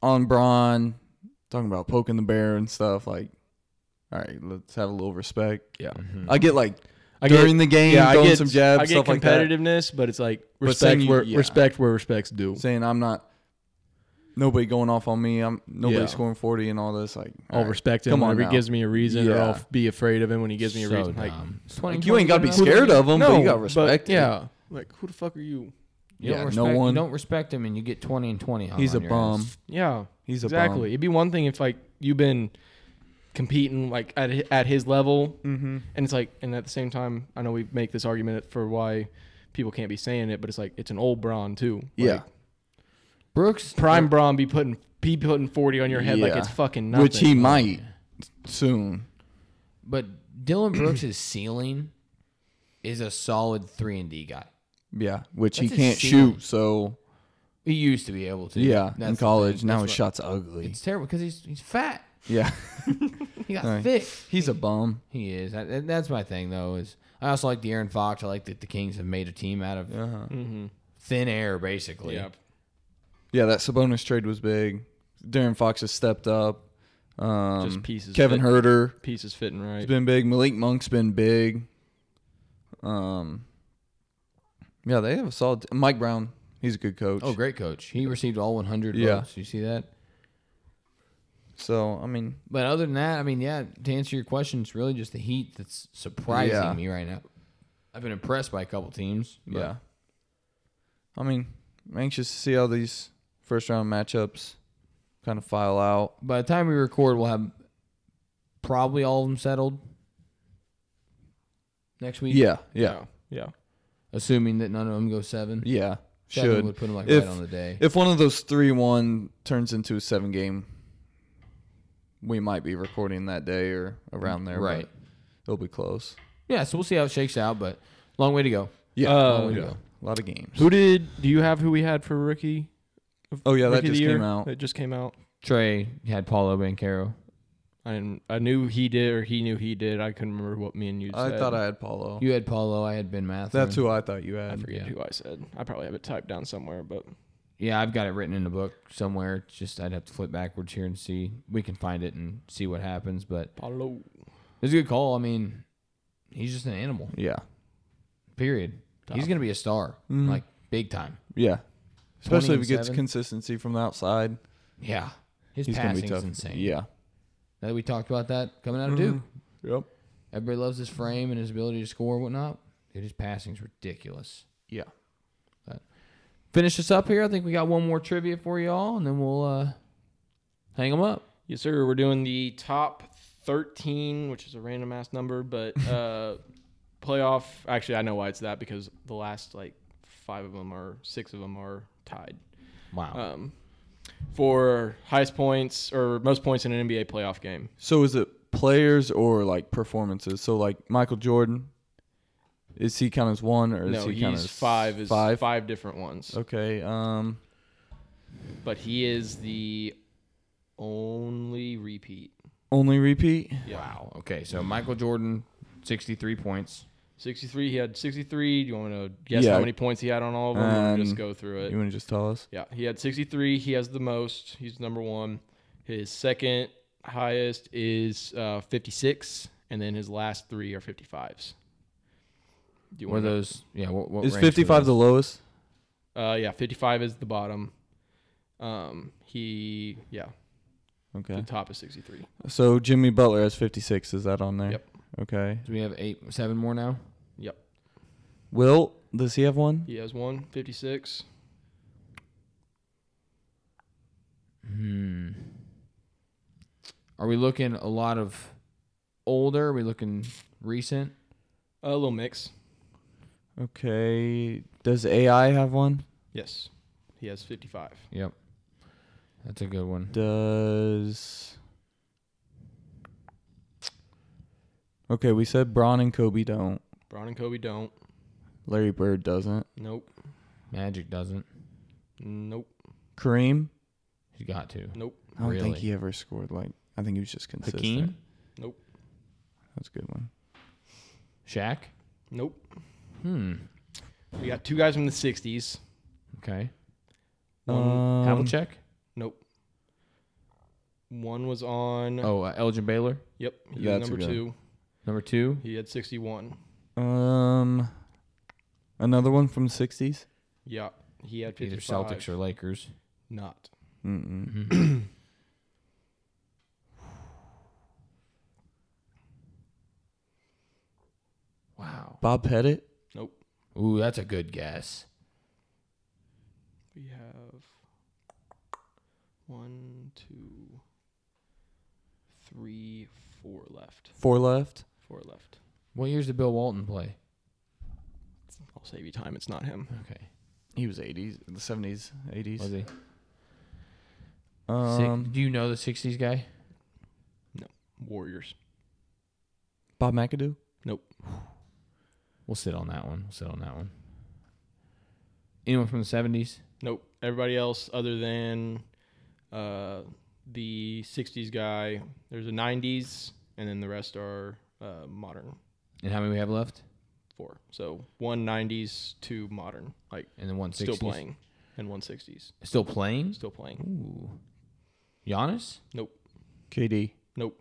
S2: on Braun, talking about poking the bear and stuff, like, all right, let's have a little respect.
S1: Yeah.
S3: Mm-hmm.
S2: I get like
S1: I get-
S2: during the game,
S1: yeah,
S2: throwing
S1: I get
S2: some jabs,
S1: I get
S2: stuff like that,
S1: competitiveness, but it's like
S2: But
S1: respect
S2: saying you-
S1: where
S2: yeah.
S1: respect where respects due.
S2: saying I'm not nobody going off on me. I'm nobody
S1: Yeah.
S2: scoring forty and all this. Like, all
S1: I'll respect him
S2: Come on
S1: whenever
S2: now.
S1: he gives me a reason, or
S2: Yeah.
S1: I'll be afraid of him when he gives me a
S3: So
S1: reason. Like,
S3: dumb.
S2: Like, you ain't gotta be scared of him, but you gotta respect. him.
S1: yeah, like who the fuck are you?
S3: You
S2: Yeah,
S3: don't
S2: no
S3: respect,
S2: one-
S3: You don't respect him, and you get twenty and twenty. hung
S2: he's a
S3: on your ass.
S2: bum.
S1: Yeah,
S2: He's a
S1: exactly. It'd be one thing if like you've been competing like at hi- at his level,
S2: Mm-hmm.
S1: and it's like, and at the same time, I know we make this argument for why people can't be saying it, but it's like it's an old Braun too. Like,
S2: Yeah.
S3: Brooks
S1: prime Braun be putting be putting forty on your head like
S2: Yeah.
S1: it's fucking nothing.
S2: Which he might soon.
S3: But Dylan Brooks' *clears throat* ceiling is a solid three and D guy.
S2: Yeah, which he
S3: That's a
S2: can't
S3: shame.
S2: shoot. So
S3: He used to be able to.
S2: yeah,
S3: That's
S2: in
S3: the
S2: college
S3: thing.
S2: now
S3: That's
S2: his
S3: what-
S2: shot's ugly.
S3: It's terrible because he's he's fat.
S2: *laughs* Yeah,
S3: He got
S2: Right.
S3: thick.
S2: he's a bum.
S3: He is. That- that- that's my thing though. Is I also like De'Aaron Fox. I like that the Kings have made a team out of
S2: Uh-huh.
S3: thin air basically.
S1: Yep.
S2: Yeah, that Sabonis trade was big. Darren Fox has stepped up. Um,
S1: Just pieces
S2: Kevin
S1: fit-
S2: Herter
S1: Pieces fitting
S2: has
S1: right.
S2: been big. Malik Monk's been big. Um, yeah, they have a solid. Mike Brown, he's a good coach.
S3: Oh, great coach. He received all 100
S2: Yeah.
S3: votes. You see that?
S2: So I mean,
S3: But other than that, I mean, yeah, to answer your question, it's really just the Heat that's surprising
S2: Yeah.
S3: me right now. I've been impressed by a couple teams. but-
S2: yeah. I mean, I'm anxious to see how these first round matchups kind of file out.
S3: By the time we record, we'll have probably all of them settled next week.
S2: Yeah, yeah.
S1: Yeah.
S3: Assuming that none of them go seven.
S2: Yeah,
S3: Seven
S2: should.
S3: would put them like
S2: If-
S3: right on the day.
S2: If one of those three one turns into a seven game, we might be recording that day or around there. but
S3: Right.
S2: it'll be close.
S3: yeah, so we'll see how it shakes out, but long way to go.
S2: Yeah, Oh,
S1: Uh,
S2: yeah.
S3: yeah.
S2: a lot of games.
S1: Who did? Do you have who we had for rookie?
S2: Oh yeah, that
S1: rookie of the
S2: just
S1: year?
S2: came out.
S1: It just came out.
S3: Trey had Paulo Bancaro.
S1: I didn't, I knew he did, or he knew he did. I couldn't remember what me and you.
S2: I
S1: said.
S2: thought I had Paulo.
S3: You had Paulo. I had Ben Math.
S2: That's who I thought you had.
S1: I forget
S3: Yeah.
S1: who I said. I probably have it typed down somewhere, but
S3: Yeah, I've got it written in a book somewhere. It's just I'd have to flip backwards here and see. We can find it and see what happens. But
S1: Paulo.
S3: it's a good call. I mean, he's just an animal.
S2: Yeah,
S3: Period. He's gonna be a star, like big time.
S2: yeah. Mm-hmm. Especially if he
S3: 20 and
S2: gets
S3: seven.
S2: consistency from the outside,
S3: Yeah, his
S2: he's gonna be
S3: passing is
S2: tough.
S3: insane.
S2: Yeah. Mm-hmm.
S3: that we talked about that coming out of Duke.
S2: Yep.
S3: Everybody loves his frame and his ability to score and whatnot. Dude, his passing's ridiculous.
S2: Yeah.
S3: Finish this up here. I think we got one more trivia for y'all, and then we'll uh, hang them up.
S1: Yes, sir. We're doing the top 13, which is a random ass number, but
S2: *laughs*
S1: uh, playoff. Actually, I know why it's that because the last like five of them are six of them are tied
S3: Wow.
S1: um, for highest points or most points in an NBA playoff game.
S2: So is it players or like performances? So like Michael Jordan, is he counted as one or is
S1: No,
S2: he counted
S1: he's
S2: as
S1: five is
S2: Five.
S1: five different ones.
S2: Okay. Um.
S1: but he is the only repeat.
S2: Only repeat.
S3: Wow. Okay, so Michael Jordan, sixty-three points.
S1: 63, he had 63. Do you want me to guess
S2: Yeah.
S1: how many points he had on all of them? or
S2: Um,
S1: just go through
S2: You
S1: it.
S2: want to just tell us?
S1: Yeah, he had 63. He has the most. He's number one. His second highest is uh, 56, and then his last three are 55s. Do you
S3: Were
S1: want to?
S3: those? Yeah. What, what
S2: Is
S3: range were
S2: 55
S3: those?
S2: the lowest?
S1: Uh, yeah, 55 is the bottom. Um, he, yeah, the
S2: Okay.
S1: top is 63.
S2: So Jimmy Butler has 56. Is that on there?
S1: Yep.
S2: Okay.
S3: Do we have eight, seven more now?
S1: Yep,
S2: Will, does he have one?
S1: he has one 56.
S3: Hmm. Are we looking a lot of older? Are we looking recent?
S1: A little mix.
S2: Okay. Does AI have one?
S1: Yes, he has 55.
S3: Yep. That's a good one.
S2: Does. Okay, we said Braun and Kobe don't.
S1: Braun and Kobe don't.
S2: Larry Bird doesn't.
S1: Nope.
S3: Magic doesn't.
S1: Nope.
S2: Kareem?
S3: He's got to.
S1: Nope.
S2: I don't think
S3: Really?
S2: he ever scored like. I think he was just consistent.
S3: Hakeem.
S1: Nope.
S2: That's a good one.
S3: Shaq.
S1: Nope.
S3: Hmm.
S1: We got two guys from the '60s.
S3: Okay.
S1: One,
S2: Um,
S3: Havlicek.
S1: nope. One was on.
S3: Oh, uh, Elgin Baylor.
S1: Yep. He
S2: That's
S1: was
S2: a
S1: number
S2: good-
S1: two.
S3: Number two.
S1: He had 61.
S2: Um, another one from the '60s.
S1: Yeah. He had 55.
S3: Either Celtics or Lakers.
S1: not.
S3: Mm-hmm.
S2: Mm-mm.
S3: *clears throat* Wow.
S2: Bob Pettit.
S1: Nope.
S3: Ooh, that's a good guess.
S1: We have one, two, three, four left.
S2: Four left.
S1: Four left.
S3: What years did Bill Walton play?
S1: I'll save you time. It's not him.
S3: Okay.
S2: He was '80s, the '70s, '80s.
S3: Was he? Six-
S2: Um,
S3: do you know the '60s guy?
S1: Warriors.
S2: Bob McAdoo.
S3: We'll sit on that one. We'll sit on that one. Anyone from the '70s?
S1: Nope. Everybody else other than uh, the 60s guy. There's a 90s, and then the rest are uh, modern.
S3: And how many we have left?
S1: Four. So one 90s, two modern. Like
S3: And then one '60s.
S1: still playing. And one 60s.
S3: Still playing.
S1: Still playing.
S3: Ooh. Giannis?
S1: Nope.
S2: KD.
S1: Nope.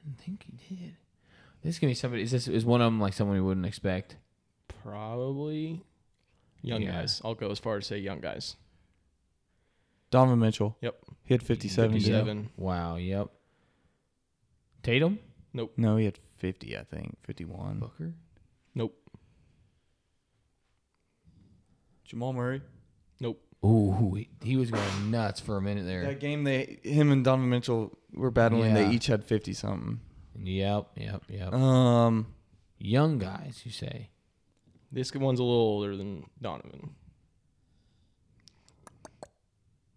S3: I didn't think he did. This is gonna be somebody. Is this is one of them like someone we wouldn't expect?
S1: Probably young
S3: Yeah.
S1: guys. I'll go as far as say young guys.
S2: Donovan Mitchell.
S1: Yep.
S2: He had 57. didn't he?
S1: 57.
S3: Wow. Yep. Tatum.
S2: No, he had 50, I think. 51.
S3: Booker.
S2: Jamal Murray.
S3: Ooh, he, he was going nuts for a minute there.
S2: That game, they him and Donovan Mitchell were battling.
S3: Yeah.
S2: They each had 50 something.
S3: Yep. Yep. Yep.
S2: Um,
S3: Young guys, you say?
S1: This one's a little older than Donovan.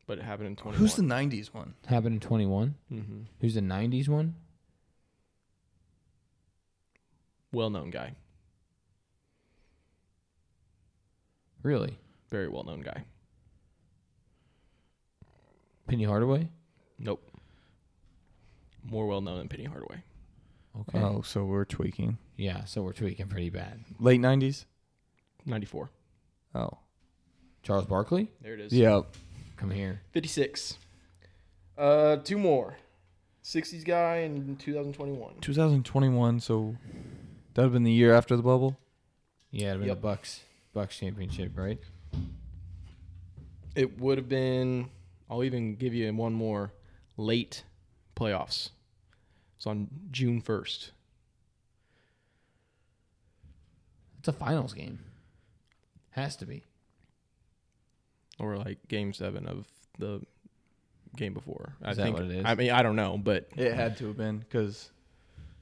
S1: But it happened in 21.
S2: who's the 90s one?
S3: Happened in 21.
S1: hmm
S3: Who's the 90s one?
S1: well-known guy?
S3: Really?
S1: Very well-known guy.
S3: Penny Hardaway?
S1: Nope. More well-known than Penny Hardaway.
S3: Okay.
S2: Oh, so we're tweaking.
S3: Yeah, so we're tweaking pretty bad.
S2: Late 90s?
S1: 94.
S2: Oh.
S3: Charles Barkley?
S1: There it is.
S2: Yeah.
S3: Come here.
S1: 56. Uh, two more. 60s guy in 2021.
S2: 2021, so that would have been the year after the bubble.
S3: Yeah, it'd been
S1: Yep.
S3: the Bucks. Bucks championship, right?
S1: It would have been. I'll even give you one more. Late playoffs. It's on June 1st.
S3: It's a finals game. Has to be.
S1: or like game seven of the game before. I
S3: Is that
S1: think
S3: what it is?
S1: I mean I don't know, but
S2: It had to have been because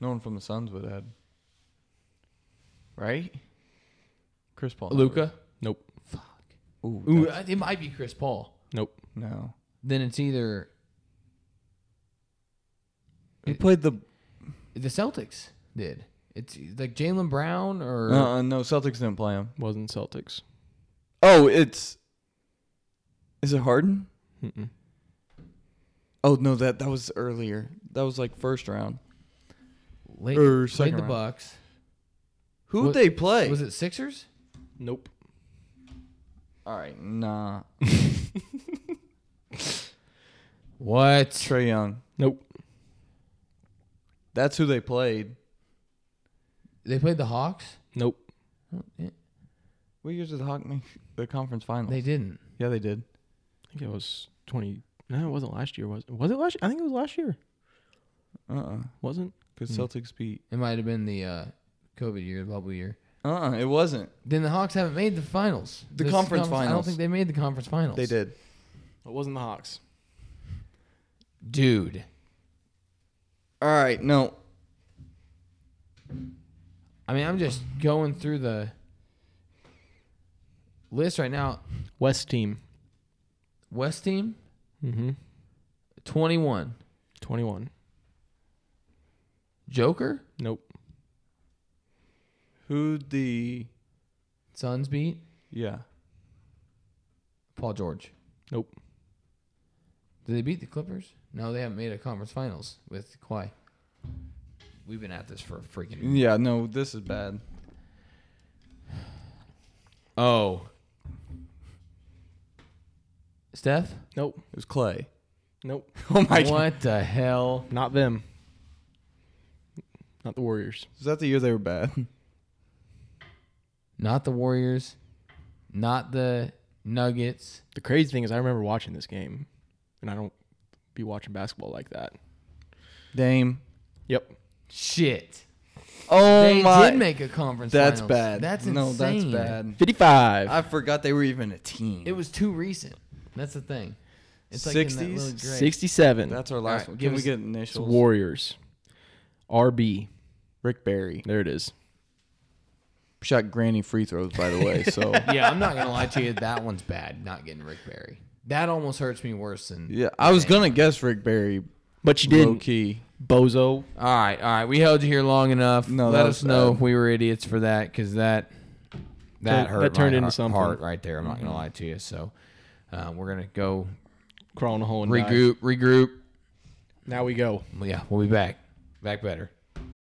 S2: no one from the Suns would have had. Right? Chris Paul.
S3: Luca?
S1: Nope.
S3: Fuck.
S2: Ooh,
S3: Ooh,
S2: that's-
S3: I- it might be Chris Paul.
S1: nope.
S2: no.
S3: Then it's either
S2: He played the.
S3: the Celtics did. It's like Jalen Brown or
S2: Uh, no, Celtics didn't play him.
S1: Wasn't Celtics.
S2: Oh, it's. Is it Harden?
S1: Mm-mm.
S2: Oh no, that that was earlier. That was like first round.
S3: late,
S2: or
S3: played
S2: second
S3: the
S2: round.
S3: Bucks.
S2: Who'd
S3: What-
S2: they play?
S3: Was it Sixers?
S1: Nope.
S2: All right, nah.
S3: What?
S2: Trey Young.
S1: Nope.
S2: That's who they played.
S3: they played the Hawks?
S1: Nope.
S2: What years did the Hawk make *laughs* the conference finals?
S3: They didn't.
S2: yeah, they did.
S1: I think it was twenty. No, it wasn't last year. Was it? was it last? I think it was last year.
S2: Uh uh
S1: Wasn't
S2: Because
S1: Hmm.
S2: Celtics beat.
S3: It might have been the uh, COVID year, the bubble year.
S2: Uh uh it wasn't.
S3: Then the Hawks haven't made the finals.
S2: The conference
S3: I don't
S2: finals.
S3: think they made the conference finals.
S2: They did.
S1: it wasn't the Hawks?
S3: Dude.
S2: All right, no.
S3: I mean, I'm just going through the list right now.
S1: West team.
S3: West team,
S1: Mm-hmm.
S3: 21.
S1: Twenty-one.
S3: Joker,
S1: Nope.
S2: Who the?
S3: Suns beat.
S2: Yeah.
S3: Paul George.
S1: Nope.
S3: Did they beat the Clippers? No, they haven't made a conference finals with Kawhi. we've been at this for freaking.
S2: Yeah, no, this is bad.
S3: Oh,
S2: *laughs*
S3: Steph,
S1: Nope.
S2: It was Clay.
S1: Nope.
S2: Oh my god.
S3: what the hell?
S1: Not them. Not the Warriors.
S2: Is that the year they were bad? *laughs*
S3: Not the Warriors, not the Nuggets.
S1: The crazy thing is, I remember watching this game, and I don't be watching basketball like that.
S2: Dame.
S1: Yep.
S3: Shit.
S2: Oh
S3: they
S2: my.
S3: did make a conference.
S2: that's
S3: finals.
S2: bad.
S3: That's insane.
S2: no, that's bad.
S1: 55.
S2: I forgot they were even a team.
S3: It was too recent. That's the thing. It's like in that
S2: 60s?
S3: little gray.
S1: 67.
S2: That's our
S3: Alright,
S2: last one.
S3: give
S2: Can we
S3: us-
S2: get
S1: It's
S2: initials?
S1: Warriors. RB.
S2: Rick Barry
S1: There it is.
S2: shot granny free throws, by the way.
S3: *laughs*
S2: So
S3: yeah, I'm not gonna lie to you. That one's bad. Not getting Rick Barry. That almost hurts me worse than.
S2: *laughs* yeah, I was gonna guess Rick Barry.
S1: But you
S2: Low
S1: didn't.
S2: key.
S1: Bozo.
S3: All right, all right. We held you here long enough.
S2: No,
S3: let
S2: that
S3: us
S2: was
S3: know
S2: bad.
S3: if we were idiots for that, because that that
S1: That-
S3: hurt.
S1: that turned
S3: my
S1: into
S3: heart-
S1: something.
S3: heart right there. I'm not gonna lie to you. So uh, we're gonna go
S1: Crawling a hole and die.
S3: regroup, regroup.
S1: Now we go.
S3: Yeah, we'll be back, back better.